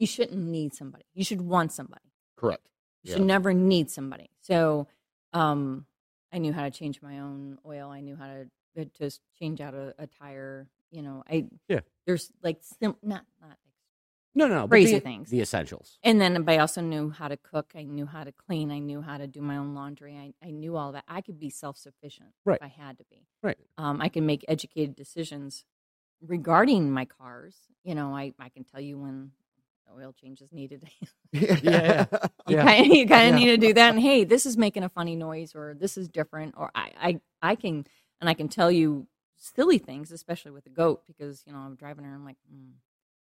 you shouldn't need somebody. You should want somebody. correct. You Yeah. should never need somebody. So, um, I knew how to change my own oil. I knew how to uh, to s- change out a, a tire. You know, I Yeah. There's like sim- not not. no, no, no, but Crazy the- things. The essentials. And then, but I also knew how to cook. I knew how to clean. I knew how to do my own laundry. I, I knew all that. I could be self sufficient Right. if I had to be. Right. Um, I can make educated decisions regarding my cars. You know, I I can tell you when oil change is needed. Yeah, You Yeah. kind of, you kind Yeah. of need to do that. And hey, this is making a funny noise, or this is different, or I, I, I can, and I can tell you silly things, especially with a goat, because you know I'm driving her. I'm like, mm,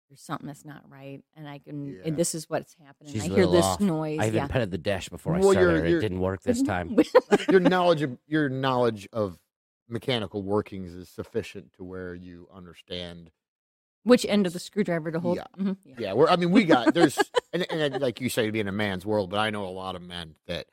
there's something that's not right, and I can, Yeah. and this is what's happening. She's I a hear little this off. noise. I even yeah. petted the dash before I Well, started. you're- her. It you're- didn't work this time. your knowledge of your knowledge of mechanical workings is sufficient to where you understand. Which end of the screwdriver to hold? Yeah. Mhm, yeah. Yeah, where I mean, we got there's and, and like you say, to be in a man's world, but I know a lot of men that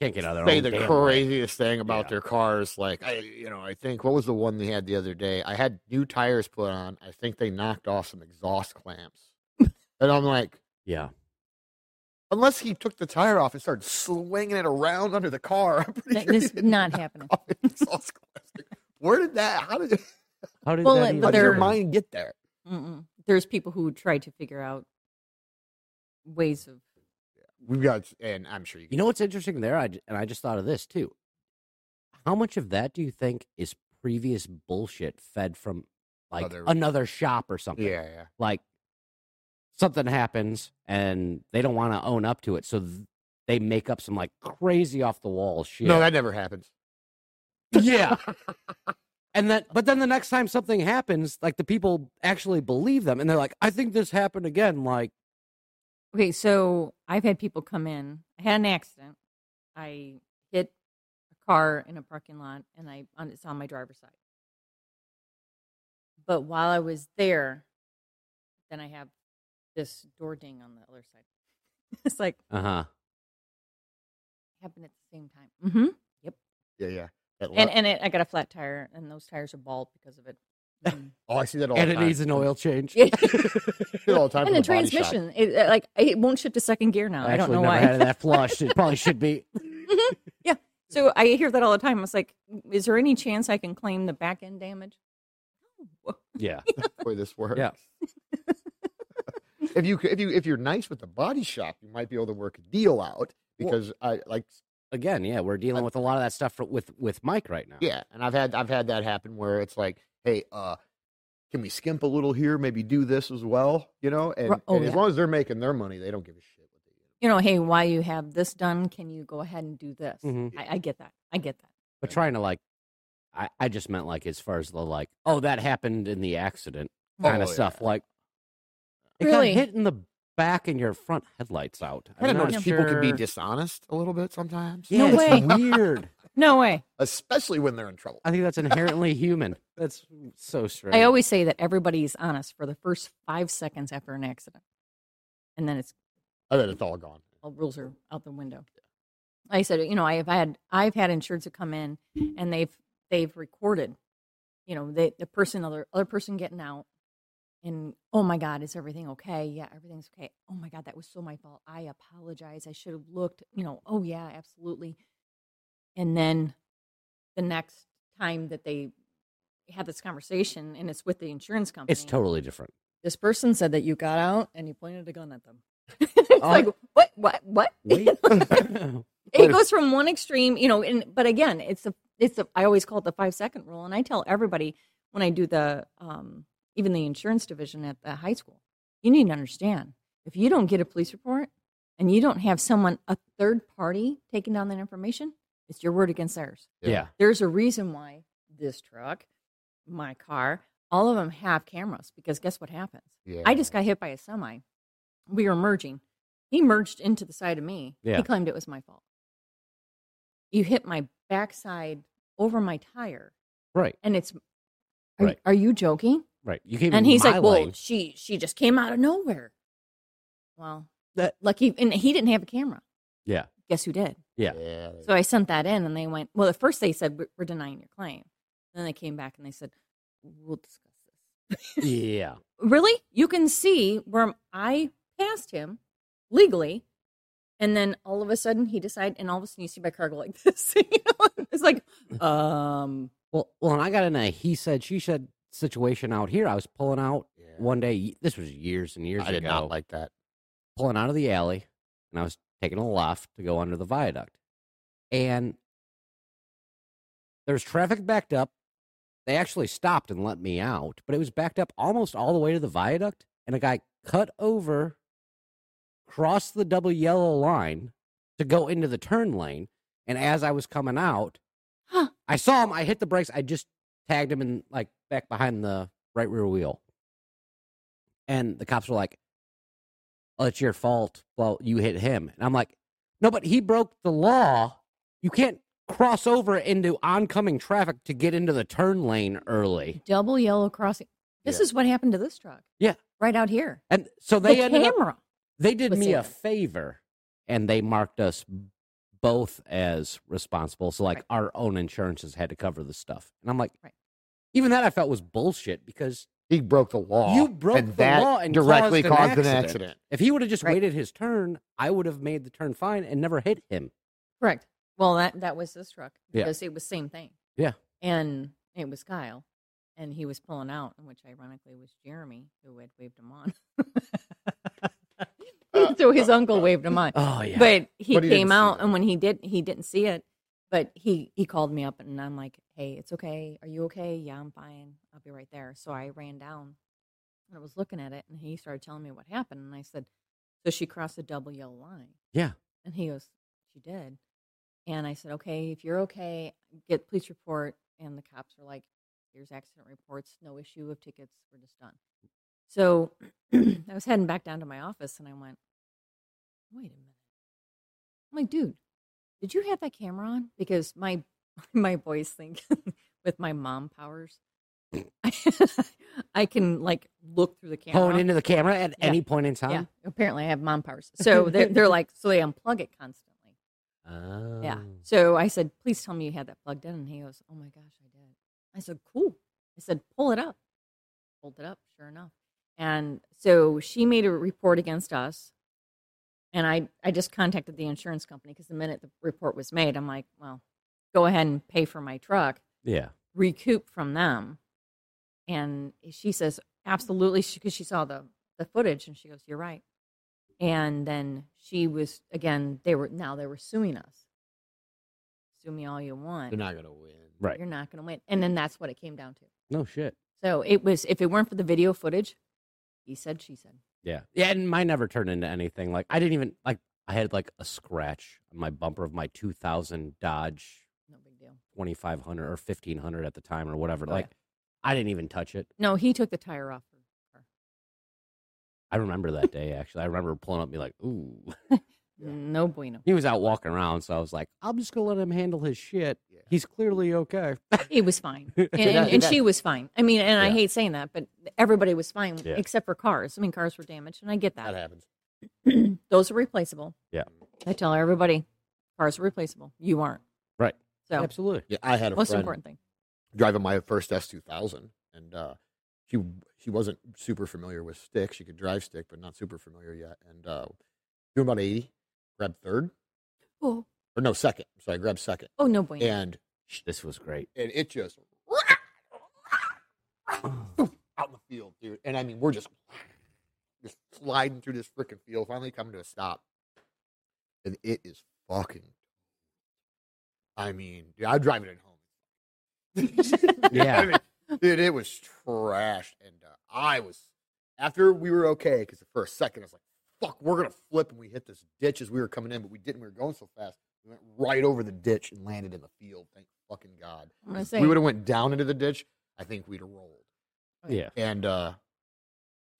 Can't get out of their say own the Oh, damn way. craziest thing about Yeah. their cars. Like I, you know, I think what was the one they had the other day? I had new tires put on. I think they knocked off some exhaust clamps, and I'm like, Yeah. unless he took the tire off and started swinging it around under the car, I'm pretty That- sure he this didn't not knock happening. off an exhaust clamps. Like, Where did that? How did, How did Well, that it- even- how but did your they're- mind get there? Mm-mm. There's people who try to figure out ways of. We've got, and I'm sure you You know what's interesting there? I, j- and I just thought of this too. How much of that do you think is previous bullshit fed from like Other- another shop or something? Yeah, yeah. Like something happens and they don't want to own up to it. So th- they make up some like crazy off the wall shit. No, that never happens. yeah. And then, but then the next time something happens, like the people actually believe them and they're like, I think this happened again. Like, Okay, so I've had people come in. I had an accident. I hit a car in a parking lot, and I on, it's on my driver's side. But while I was there, then I have this door ding on the other side. It's like uh huh. happened at the same time. hmm Yeah, yeah. That And lo- and it, I got a flat tire, and those tires are bald because of it. Mm. oh, I see that all And the it time. needs an oil change. Yeah. I see it all the time. and from the body shop. transmission, it, it, like it won't shift to second gear now. I don't actually know never why. had that flushed. It probably should be. So I hear that all the time. I was like, is there any chance I can claim the back end damage? No. Yeah. The way this works. if you c- if you if you're nice with the body shop, you might be able to work a deal out Well- because I like Again, yeah, we're dealing with a lot of that stuff for, with with Mike right now. yeah, and I've had I've had that happen where it's like, hey, uh, can we skimp a little here? Maybe do this as well, you know. And, Ri- oh, and as yeah. long as they're making their money, they don't give a shit what they do. You know, hey, while you have this done, can you go ahead and do this? Mhm. I, I get that. I get that. But trying to like, I, I just meant like as far as the like, oh, that happened in the accident kind Oh, of stuff. Like, it Really? got hit in the back and your front headlights out. I I'm didn't not notice people can be sure- dishonest a little bit sometimes, Yeah, No it's weird. No way. especially when they're in trouble. I think that's inherently human. That's so strange. I always say that everybody's honest for the first five seconds after an accident, and then it's I bet it's all gone. all rules are out the window. I said, you know, I've had I've had insureds that come in and they've they've recorded, you know, the the person other other person getting out, and oh my God, is everything okay? Yeah, everything's okay. Oh my God, that was so my fault. I apologize. I should have looked. You know, oh yeah, absolutely. And then the next time that they have this conversation and it's with the insurance company, It's totally different. this person said that you got out and you pointed a gun at them. it's Oh. like what what what? Wait. it goes from one extreme you know and but again it's a it's a i always call it the five second rule and i tell everybody when i do the um even the insurance division at the high school you need to understand if you don't get a police report and you don't have someone a third party taking down that information it's your word against theirs yeah. there's a reason why this truck my car all of them have cameras because guess what happens Yeah. I just got hit by a semi. We were merging. He merged into the side of me. Yeah. He claimed it was my fault. You hit my backside over my tire, Right. and it's. Are, Right. are you joking? Right. You came And in he's my like, lane. "Well, she she just came out of nowhere." Well, That- lucky, and he didn't have a camera. Yeah. Guess who did? Yeah. Yeah. they- So I sent that in, and they went. Well, at first they said "We're- we're denying your claim. Then they came back and they said, "We'll discuss this." Yeah. really you can see where i passed him legally and then all of a sudden he decided and all of a sudden you see my car go like this you know? it's like um Well, well, and I got in a he said she said situation out here. I was pulling out Yeah. one day. This was years and years I ago. did not like that. pulling out of the alley, and I was taking a left to go under the viaduct, and there was traffic backed up. They actually stopped and let me out, but it was backed up almost all the way to the viaduct, and a guy cut over, crossed the double yellow line to go into the turn lane, and as I was coming out, Huh. I saw him. I hit the brakes. I just tagged him in like back behind the right rear wheel. And the cops were like, "Oh, it's your fault. Well, you hit him." And I'm like, "No, but he broke the law. You can't cross over into oncoming traffic to get into the turn lane early." double yellow crossing this Yeah. is what happened to this truck Yeah. right out here And so they the ended up, camera they did was me a in. favor, and they marked us both as responsible. So like Right. our own insurances had to cover the stuff. And I'm like, Right. even that I felt was bullshit because He broke the law. You broke and the that law and directly caused an caused accident. If he would have just Right. waited his turn, I would have made the turn fine and never hit him. correct well that that was this truck Yeah. because it was same thing Yeah. and it was kyle and he was pulling out which ironically was jeremy who had waved him on so his uncle waved him on Oh yeah. but But he he didn't came see out it. and when he did he didn't see it but he he called me up and i'm like hey it's okay are you okay yeah i'm fine i'll be right there so i ran down and i was looking at it and he started telling me what happened and i said so she crossed a double yellow line Yeah. and he goes she did and i said okay if you're okay get police report and the cops were like here's accident reports no issue of tickets we're just done so i was heading back down to my office and i went wait a minute I'm like, dude, did you have that camera on? Because my my boys think with my mom powers, I, can like look through the camera. Hone into the camera at Yeah. any point in yeah, time. apparently I have mom powers. So they're, they're like, so they unplug it constantly. Oh. Yeah. So I said, please tell me you had that plugged in. And he goes, oh my gosh, I did. I said, cool. I said, pull it up. Pulled it up, sure enough. And so she made a report against us. And I, I just contacted the insurance company because the minute the report was made, I'm like, well, go ahead and pay for my truck, Yeah. recoup from them. And she says, absolutely, because she saw the, the footage and she goes, you're right. And then she was, again, they were, now they were suing us. Sue me all you want. They're not gonna win. Right. You're not going to win. And then that's what it came down to. No shit. So it was if it weren't for the video footage, he said she said. Yeah. Yeah, and mine never turned into anything. Like I didn't even like I had like a scratch on my bumper of my 2000 Dodge No big deal. 2500 or 1500 at the time or whatever. Oh, yeah. like I didn't even touch it. No, he took the tire off her. car. I remember that day actually. I remember pulling up and be like, "Ooh." Yeah. No bueno. He was out walking around, so I was like, "I'm just going to let him handle his shit. Yeah. He's clearly okay." It was fine. Did And, and, that- and that- she was fine. I mean, and I Yeah. hate saying that, but everybody was fine Yeah. except for cars. I mean, cars were damaged, and I get That that. happens. Those are replaceable. Yeah. I tell everybody, cars are replaceable. You aren't. Right. So, Absolutely. Yeah, I had a most friend important thing. driving my first S two thousand, and uh, she she wasn't super familiar with stick. She could drive stick, but not super familiar yet. And uh, doing about eighty, grabbed third Oh, or no second. So I grabbed second, oh no bueno. and This was great. and it just Oh. out in the field, dude. And I mean, we're just just sliding through this freaking field, finally coming to a stop. And it is fucking. I mean, dude, I'm driving it home. Yeah. I mean, dude, it was trashed, and uh, I was after we were okay because for a second I was like, "Fuck, we're gonna flip," and we hit this ditch as we were coming in, but we didn't. We were going so fast, we went right over the ditch and landed in the field. Thank fucking god. I'm gonna If say- we would have went down into the ditch. I think we'd have rolled. Oh, Yeah. And uh,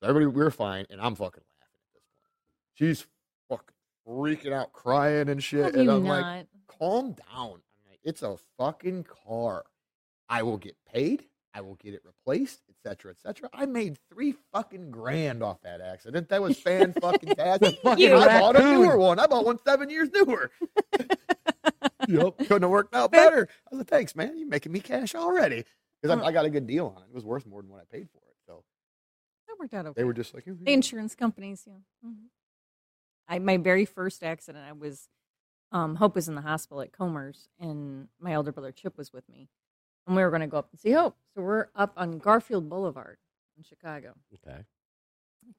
everybody, we were fine, and I'm fucking laughing at this point. She's fucking freaking out, crying and How shit, do and you I'm not? like, "Calm down. I'm like, it's a fucking car. I will get paid. I will get it replaced, etc., etc." I made three fucking grand off that accident. That was fan fucking tastic. Fucking You- I bought a raccoon. newer one. I bought one seven years newer. yep, couldn't have worked out better. I was like, "Thanks, man. You're making me cash already." Because Uh. I, I got a good deal on it. It was worth more than what I paid for it. So that worked out okay. they were just like, "Eh, the insurance companies. Yeah. Mhm. I my very first accident, I was um, Hope was in the hospital at Comer's, and my elder brother Chip was with me, and we were going to go up and see Hope. So we're up on Garfield Boulevard in Chicago, Okay.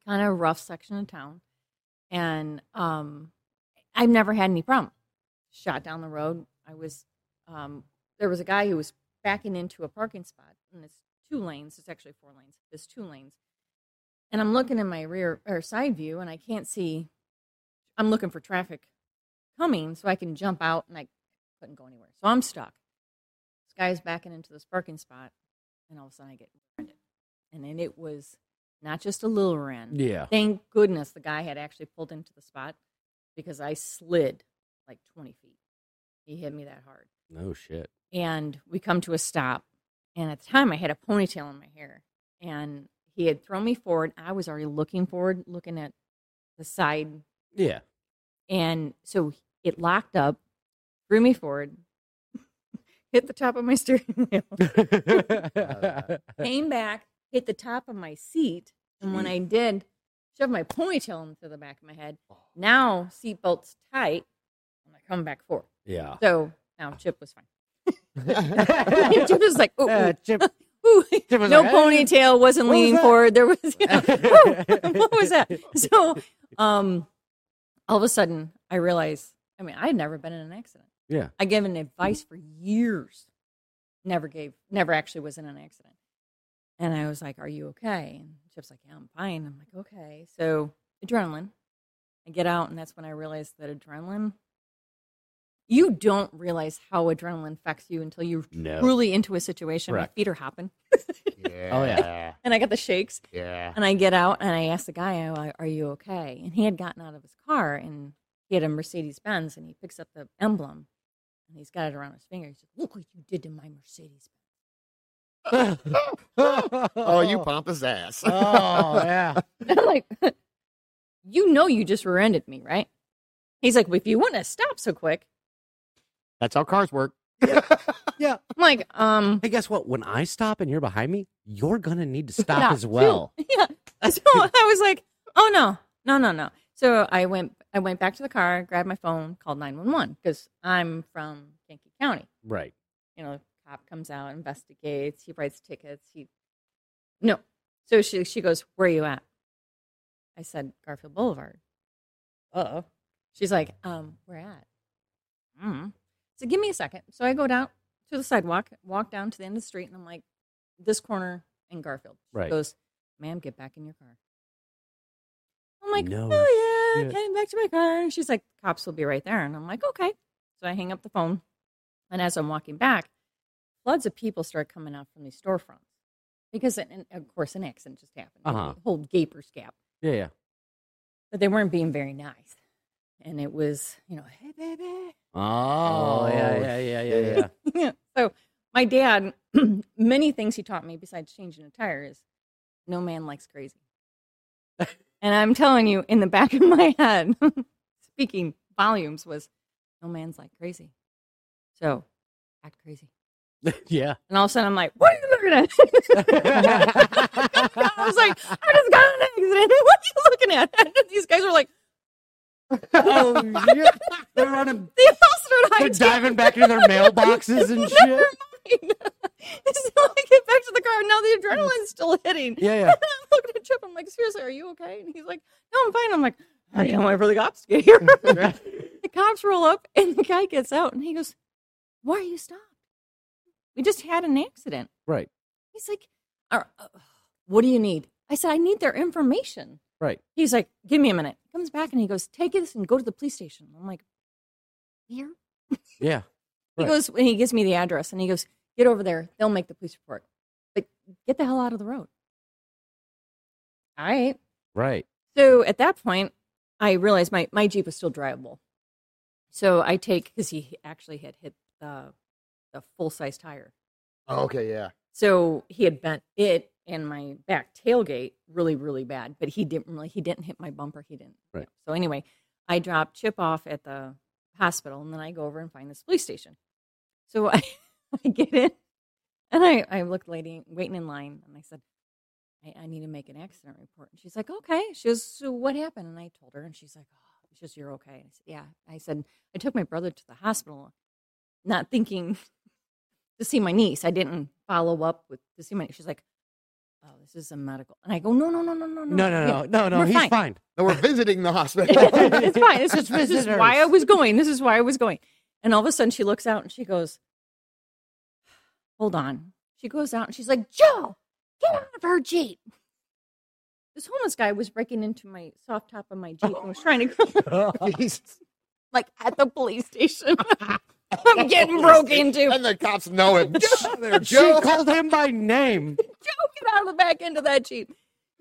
kind of rough section of town, and um, I've never had any problem. Shot down the road. I was um, there was a guy who was backing into a parking spot, and it's two lanes. It's actually four lanes. It's two lanes, and I'm looking in my rear or side view, and I can't see. I'm looking for traffic coming so I can jump out, and I couldn't go anywhere, so I'm stuck. This guy's backing into this parking spot, and all of a sudden I get rear-ended, and then it was not just a little rend. Yeah. Thank goodness the guy had actually pulled into the spot because I slid like 20 feet. He hit me that hard. No shit. And we come to a stop. And at the time, I had a ponytail in my hair. And he had thrown me forward. I was already looking forward, looking at the side. Yeah. And so it locked up, threw me forward, hit the top of my steering wheel came back, hit the top of my seat, and Mm. when I did, shoved my ponytail into the back of my head. Oh. Now seatbelt's tight, and I come back forward. yeah. So now Chip was fine. Uh, Chip was like, ooh, ooh, Chip- ooh. Chip was no like, "Hey." ponytail, wasn't what was leaning that?" forward. There was, yeah, woo, what was that? So, um, all of a sudden, I realized. I mean, I had never been in an accident. Yeah. I gave an advice for years. Never gave, never actually was in an accident. And I was like, Are you okay? And Chip's like, Yeah, I'm fine. I'm like, Okay. So adrenaline. I get out, and that's when I realized that adrenaline, you don't realize how adrenaline affects you until you're No. truly into a situation. Correct. My feet are hopping, yeah, Oh, yeah, and I got the shakes. yeah." And I get out and I ask the guy, "Am I- Are you okay? And he had gotten out of his car and he had a Mercedes Benz and he picks up the emblem and he's got it around his finger. He's like, Look what you did to my Mercedes Oh, you pompous ass! Uh, Oh yeah. Benz. I'm like, You know, you just rear ended me, right? He's like, well, If you wouldn't have stopped so quick. That's how cars work. I'm like, Um, Hey, guess what? When I stop and you're behind me, you're gonna need to stop Yeah, as well. yeah. So I was like, Oh, no, no, no, no. So I went, I went back to the car, grabbed my phone, called 911 because I'm from Yankee County. Right. you know, cop comes out, investigates, he writes tickets, he No. So she she goes, Where are you at? I said, Garfield Boulevard. Uh oh. She's like, um, where at? Mm. So give me a second. So I go down to the sidewalk, walk down to the end of the street, and I'm like, this corner and Garfield. She Right. goes, ma'am, get back in your car. I'm like, No oh yeah, shit. getting back to my car. And she's like, cops will be right there. And I'm like, okay. So I hang up the phone. And as I'm walking back, floods of people start coming out from these storefronts. Because, and- and of course, an accident just happened. Uh-huh. The whole gaper's gap Yeah, yeah. but they weren't being very nice. And it was, you know, hey, baby. Oh, Oh, yeah, yeah, yeah, yeah, shit. yeah. so my dad, many things he taught me besides changing a tire is no man likes crazy. and I'm telling you, in the back of my head, speaking volumes was no man's like crazy. So act crazy. yeah. And all of a sudden I'm like, what are you looking at? I was like, I just got in an accident. What are you looking at? And these guys were like, oh, yeah. They're running. they all started They're high-tailing diving back into their mailboxes and shit. it's like I get back to the car. Now the adrenaline's still hitting. Yeah, yeah. I'm looking at Chip. I'm like, seriously, are you okay? And he's like, no, I'm fine. I'm like, "Oh, I can't wait for the cops to get here. the cops roll up, and the guy gets out, and he goes, why are you stopped? We just had an accident. Right, He's like, "All- uh, what do you need? I said, I need their information. right. He's like, give me a minute. Comes back and he goes, take this and go to the police station. I'm like, here? Yeah. Right. He goes and he gives me the address and he goes, "Get over there. They'll make the police report. But get the hell out of the road." All right. Right. So at that point, I realized my my Jeep was still drivable. So I take cuz he actually had hit the the full-size tire. Oh, okay, yeah. So he had bent it and my back tailgate really, really bad. But he didn't really he didn't hit my bumper. He didn't. you Right. know. So anyway, I drop Chip off at the hospital and then I go over and find this police station. So I, I get in and I, I look lady waiting in line and I said, I, I need to make an accident report. And she's like, Okay. She goes, So what happened? And I told her and she's like, Oh, it's just you're okay. I said, Yeah. I said, I took my brother to the hospital not thinking to see my niece. I didn't follow up with to see my. She's like, "Oh, this is a medical," and I go, "No, no, no, no, no, No, no, Yeah, no, no, no. we're He's fine. fine. No, we're visiting the hospital. it's fine. It's Just just this is visitors. why I was going. This is why I was going." And all of a sudden, she looks out and she goes, "Hold on." She goes out and she's like, "Joe, get out of her jeep." This homeless guy was breaking into my soft top of my jeep and was trying to Jesus. like at the police station. I'm getting broke into. And the cops know it. They're she Joe. called him by name. Joe, get out of the back end of that Jeep.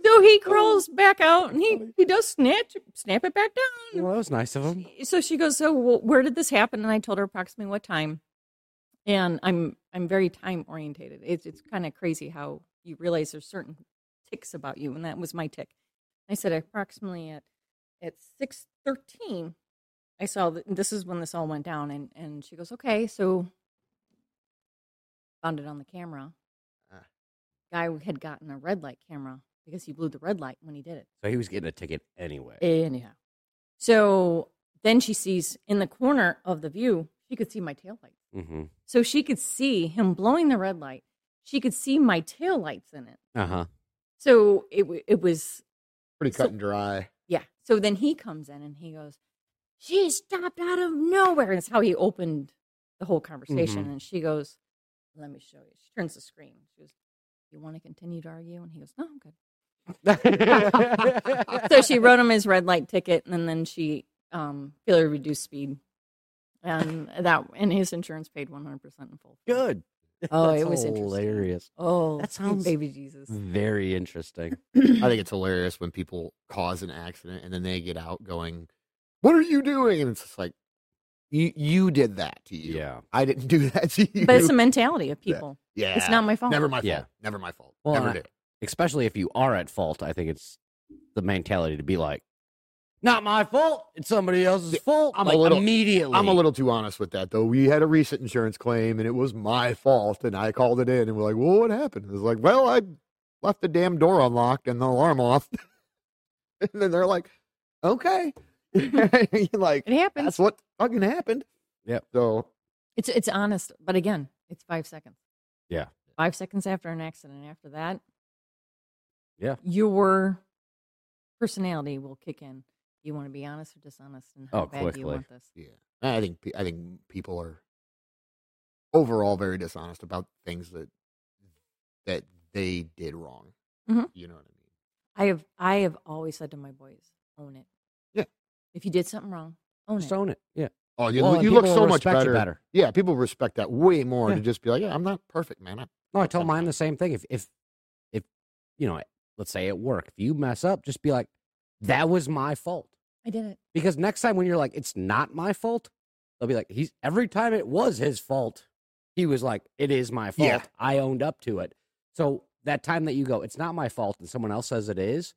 So he crawls back out and he, he does snatch, snap it back down. Well, that was nice of him. So she goes, So wh- where did this happen? And I told her approximately what time. And I'm I'm very time orientated. It's it's kind of crazy how you realize there's certain ticks about you, and that was my tick. I said approximately at at six thirteen, I saw that this is when this all went down, and and she goes, okay, so found it on the camera. Ah. Guy had gotten a red light camera because he blew the red light when he did it. So he was getting a ticket anyway. Anyhow, so then she sees in the corner of the view, she could see my taillight. Mm-hmm. So she could see him blowing the red light. She could see my taillights in it. Uh huh. So it wa- it was Pretty cut and dry. Yeah. So then he comes in and he goes, She stopped out of nowhere. And it's how he opened the whole conversation. And she goes, Let me show you. She turns the screen. She goes, You want to continue to argue? And he goes, No, I'm good. So she wrote him his red light ticket and then she um failed to reduce speed. And that and his insurance paid one hundred percent in full. Good. Oh, That's it was interesting. hilarious. Oh That sounds- baby Jesus. Very interesting. Mm. I think it's hilarious when people cause an accident and then they get out going, What are you doing? And it's just like, You, you did that to you. Yeah. I didn't do that to you. But it's the mentality of people. yeah. It's not my fault. Never my fault. Yeah. Never my fault. Well, Never I- did. Especially if you are at fault, I think it's the mentality to be like, "Not my fault. It's somebody else's fault." I'm a Like, little- immediately. I'm a little too honest with that, though. We had a recent insurance claim, and it was my fault, and I called it in, and we're like, "Well, what happened?" It was like, "Well, I left the damn door unlocked and the alarm off," and then they're like, "Okay," like It happens. that's what fucking happened. Yep. So It's it's honest, but again, it's five seconds. Yeah. Five seconds after an accident. After that, Yeah. your personality will kick in. You want to be honest or dishonest, and how Oh, bad do you quickly. want this? yeah, I think pe- I think people are overall very dishonest about things that that they did wrong. Mhm. You know what I mean? I have I have always said to my boys, own it. Yeah. If you did something wrong, own Just it. own it. Yeah. Oh, you, Well, look- and you look people so will much respect you better. better. Yeah, people respect that way more Yeah. to just be like, yeah, I'm not perfect, man. I, No, I told mine the same thing. If if if you know, let's say at work, if you mess up, just be like, that was my fault. I did it. Because next time when you're like, it's not my fault, they'll be like, he's every time it was his fault, he was like, it is my fault. Yeah. I owned up to it. So that time that you go, it's not my fault, and someone else says it is,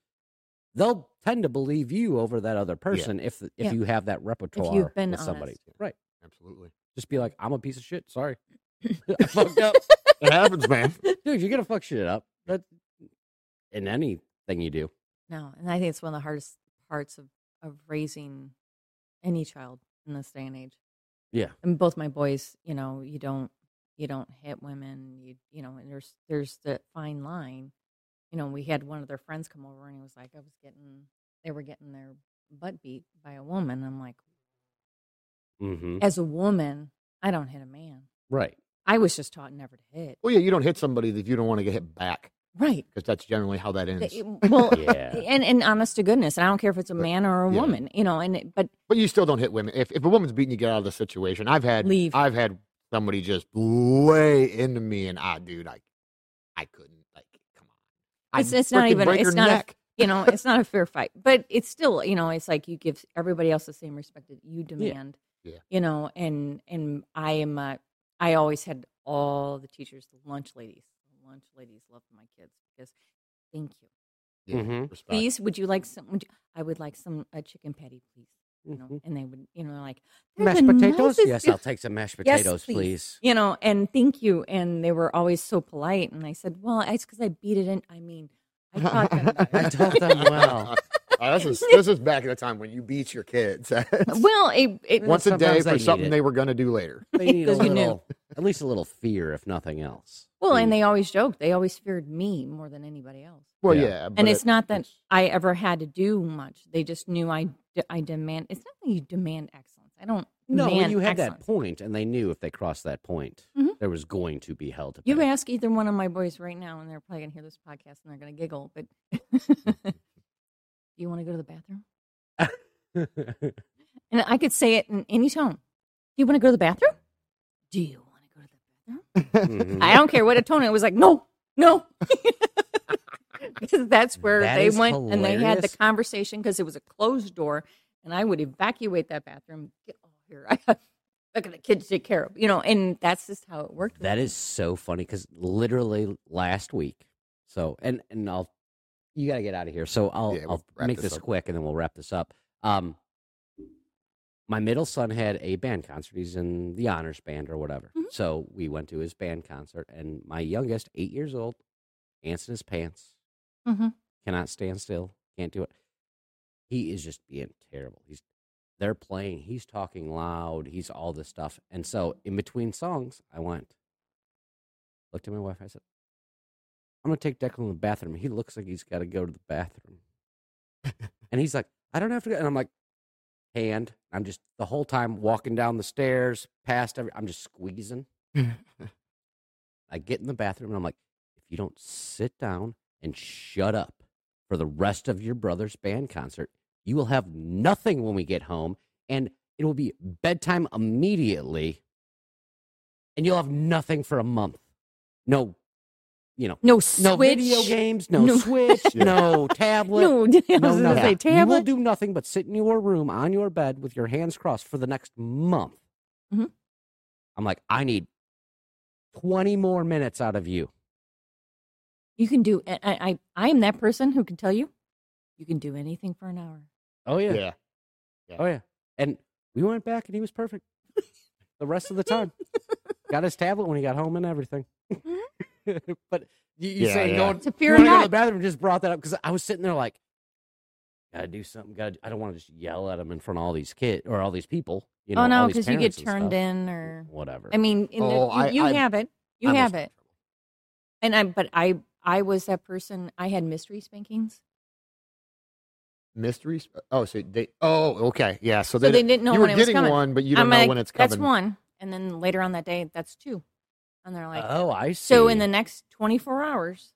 they'll tend to believe you over that other person if if Yeah. you have that repertoire been with somebody. honest. Right. absolutely. Just be like, I'm a piece of shit. Sorry. I fucked up. It happens, man. Dude, you're gonna fuck shit up. That in anything you do. No, and I think it's one of the hardest parts of of raising any child in this day and age. Yeah. And both my boys, you know, you don't you don't hit women, you you know, and there's there's the fine line. You know, we had one of their friends come over and he was like, I was getting they were getting their butt beat by a woman. I'm like, Mm-hmm. as a woman, I don't hit a man. Right. I was just taught never to hit. Well, yeah, you don't hit somebody that you don't want to get hit back Right. because that's generally how that ends. Th- Well, Yeah. and and honest to goodness, and I don't care if it's a But- man or a yeah. woman, you know. And it, but But you still don't hit women. If, if a woman's beating you, get out of the situation. I've had Leave. I've had somebody just lay into me, and I, dude, I, I couldn't. Like, come on. I'd It's- it's not frickin' even- Break it's your not a- neck. you know, it's not a fair fight. But it's still, you know, it's like you give everybody else the same respect that you demand. Yeah. You know, and and I am uh, I always had all the teachers, the lunch ladies. The lunch ladies loved my kids because thank you. Yeah, Mhm. respect. Please, would you like some would you, I would like some a chicken patty, please. You know, Mhm. and they would, you know, they're like "They're Mashed the potatoes? nicest Yes, people." I'll take some mashed Yes, potatoes, please. please. you know, and thank you. And they were always so polite. And I said, well, it's because I beat it in. I mean, I taught them. I better." taught them well. Uh, this is this is back in the time when you beat your kids well, it, it once a day Sometimes they for need it. something they were gonna do later. They need a Because you knew. little, at least a little fear, if nothing else. well, and Mm. they always joked. They always feared me more than anybody else. Well, Yeah. yeah, And but it's not that it's- I ever had to do much. They just knew I, de- I demand. It's not that you demand excellence. I don't. no, demand you had excellence. that point, and they knew if they crossed that point, Mhm. there was going to be hell to pay. You ask either one of my boys right now, and they're probably gonna hear this podcast, and they're gonna giggle. But do you want to go to the bathroom? And I could say it in any tone. Do you want to go to the bathroom? Do you want to go to the bathroom? Mm-hmm. Mhm. I don't care what a tone it was like, no, no. Because that's where That they is went and they had the hilarious. conversation because it was a closed door and I would evacuate that bathroom. Get over here. I got, I got a kid to take care of, you know, and that's just how it worked. with That me. is so funny because literally last week. So and and I'll you gotta get out of here. So I'll Yeah, we'll I'll wrap make this this up. quick and then we'll wrap this up. Um, my middle son had a band concert. He's in the honors band or whatever. Mm-hmm. Mhm. So we went to his band concert, and my youngest, eight years old, ants in his pants, Mm-hmm. Mhm. cannot stand still, can't do it. He is just being terrible. He's they're playing, he's talking loud, he's all this stuff. And so in between songs, I went, looked at my wife, I said, I'm gonna take Declan to the bathroom. He looks like he's gotta go to the bathroom. and he's like, I don't have to go and I'm like, hand. I'm just the whole time walking down the stairs, past every I'm just squeezing. I get in the bathroom and I'm like, if you don't sit down and shut up for the rest of your brother's band concert, you will have nothing when we get home and it will be bedtime immediately and you'll have nothing for a month. No, you know, No switch. no video games, no, No- Switch, Yeah. no tablet. No, I was No, gonna nothing. say you will tablet. do nothing but sit in your room on your bed with your hands crossed for the next month. Mhm. I'm like, I need 20 more minutes out of you. You can do. I, I, I am that person who can tell you, you can do anything for an hour. Oh, yeah. Oh, yeah. And we went back and he was perfect the rest of the time. got his tablet when he got home and everything. Mm-hmm. but you, you Yeah, saying yeah. going It's a you fear wanna go to the not. bathroom just brought that up because I was sitting there like, gotta do something. Gotta, I don't want to just yell at him in front of all these kids or all these people. You know, oh no, because because you get turned in or whatever. I mean, in Oh, the, you, I- you I- have it. You I almost have got in it. trouble. And I, but I, I was that person. I had mystery spankings. Mysteries. Oh, so they. Oh, okay. Yeah. So So they. they didn't know you when were it was getting coming. one, but you don't I'm know like, when it's coming. That's one, and Ah, then later on that day, that's two, and they're like, oh, I see. so in the next 24 hours,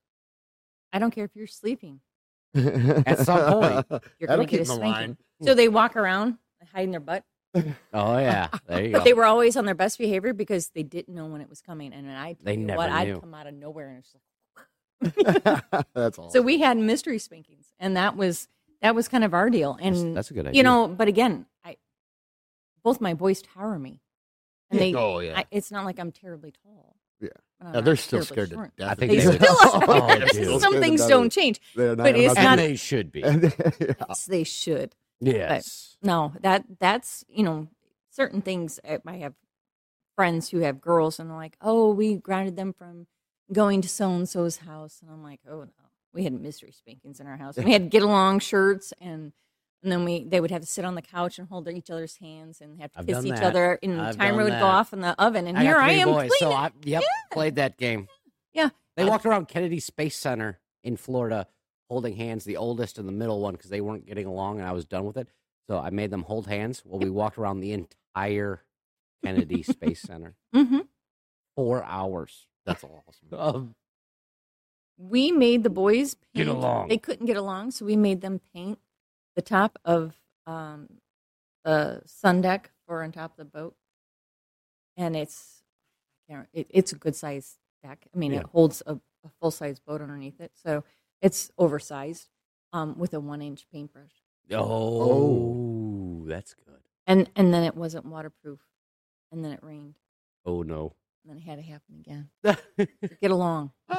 I don't care if you're sleeping. At some point, You're That'll going to get keep a 'em in spanking. line. So they walk around hiding their butt, Oh yeah, there you go. but they were always on their best behavior because they didn't know when it was coming. And I, They never what, knew. I'd come out of nowhere and it's like, That's all. so we had mystery spankings, and that was that was kind of our deal. That's- And that's a good idea. you know, but again, I both my boys tower me, and they. oh yeah. I, it's not like I'm terribly tall. Yeah. but I'm Yeah, not they're still terribly scared to short. death. I of think They me. would. still Oh, are. They're dude. Some scared to things death of don't me. change. They're not but it's about and not- to- they should be. Yeah. Yes, they should. Yes. No, that that's you know certain things. I I have friends who have girls, and they're like, "Oh, we grounded them from going to so and so's house," and I'm like, "Oh no, we had mystery spankings in our house. We had get along shirts, and and then we they would have to sit on the couch and hold each other's hands and have to I've kiss done each that. other, and I've time done would that. go off in the oven, and I got here I three am boys, so cleaning. I yep played that game. Yeah. They Uh, walked around Kennedy Space Center in Florida holding hands, the oldest and the middle one, because they weren't getting along and I was done with it. So I made them hold hands while we walked around the entire Kennedy Space Center. Mhm. Four hours That's awesome. of Um, we made the boys Get paint. along. They couldn't get along, so we made them paint the top of um, the sun deck or on top of the boat. And it's, you know, it, it's a good size deck. I mean, Yeah. it holds a, a full size boat underneath it, so it's oversized um, with a one inch paintbrush. Oh, that's good. And and then it wasn't waterproof, and then it rained, Oh no. and then it had to happen again. you Get along. you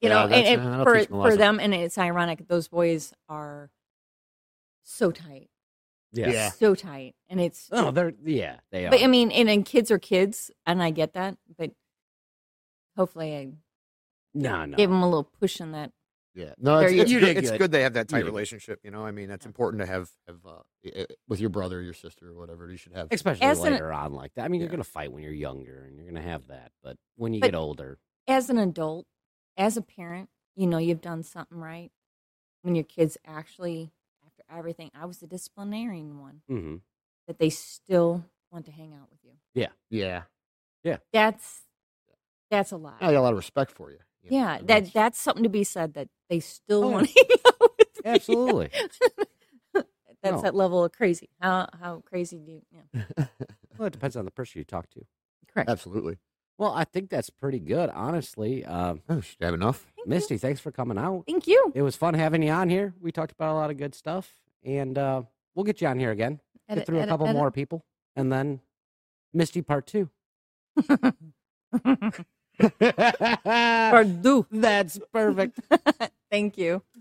Yeah, know, that's- and, uh, and that'll for teach 'em a for lesson. them, and it's ironic. Those boys are so tight, Yeah. Yeah. so tight, and it's. Oh, they're yeah, they are. But I mean, and, and kids are kids, and I get that. But hopefully, I no, no. give them a little push in that. Yeah. No, it's, There you it's, go. You good, did it's good. good they have that tight You did. relationship. You know, I mean, it's important to have, have uh, i- i- with your brother or your sister or whatever. You should have. Especially As an- later on like that. I mean, you're Yeah. gonna fight when you're younger and you're gonna have that, but when you But- get older, As an adult, as a parent, you know you've done something right when your kids actually, after everything. I was the disciplinarian one mm-hmm. that they still want to hang out with you. Yeah. That's that's a lot. I got a lot of respect for you. you know, Yeah, and that that's something to be said that they still Oh, yeah. want to hang out with me. Absolutely. that's No. that level of crazy. How how crazy do you? Yeah. Well, it depends on the person you talk to. Correct. Absolutely. Well, I think that's pretty good, honestly. Um, Oh, should I have enough. Thank Misty, thanks for coming out. You. Thank you. It was fun having you on here. We talked about a lot of good stuff, and uh, we'll get you on here again. Edit, get through a edit, couple edit. more people, and then Misty part two. Or do. that's perfect. Thank you.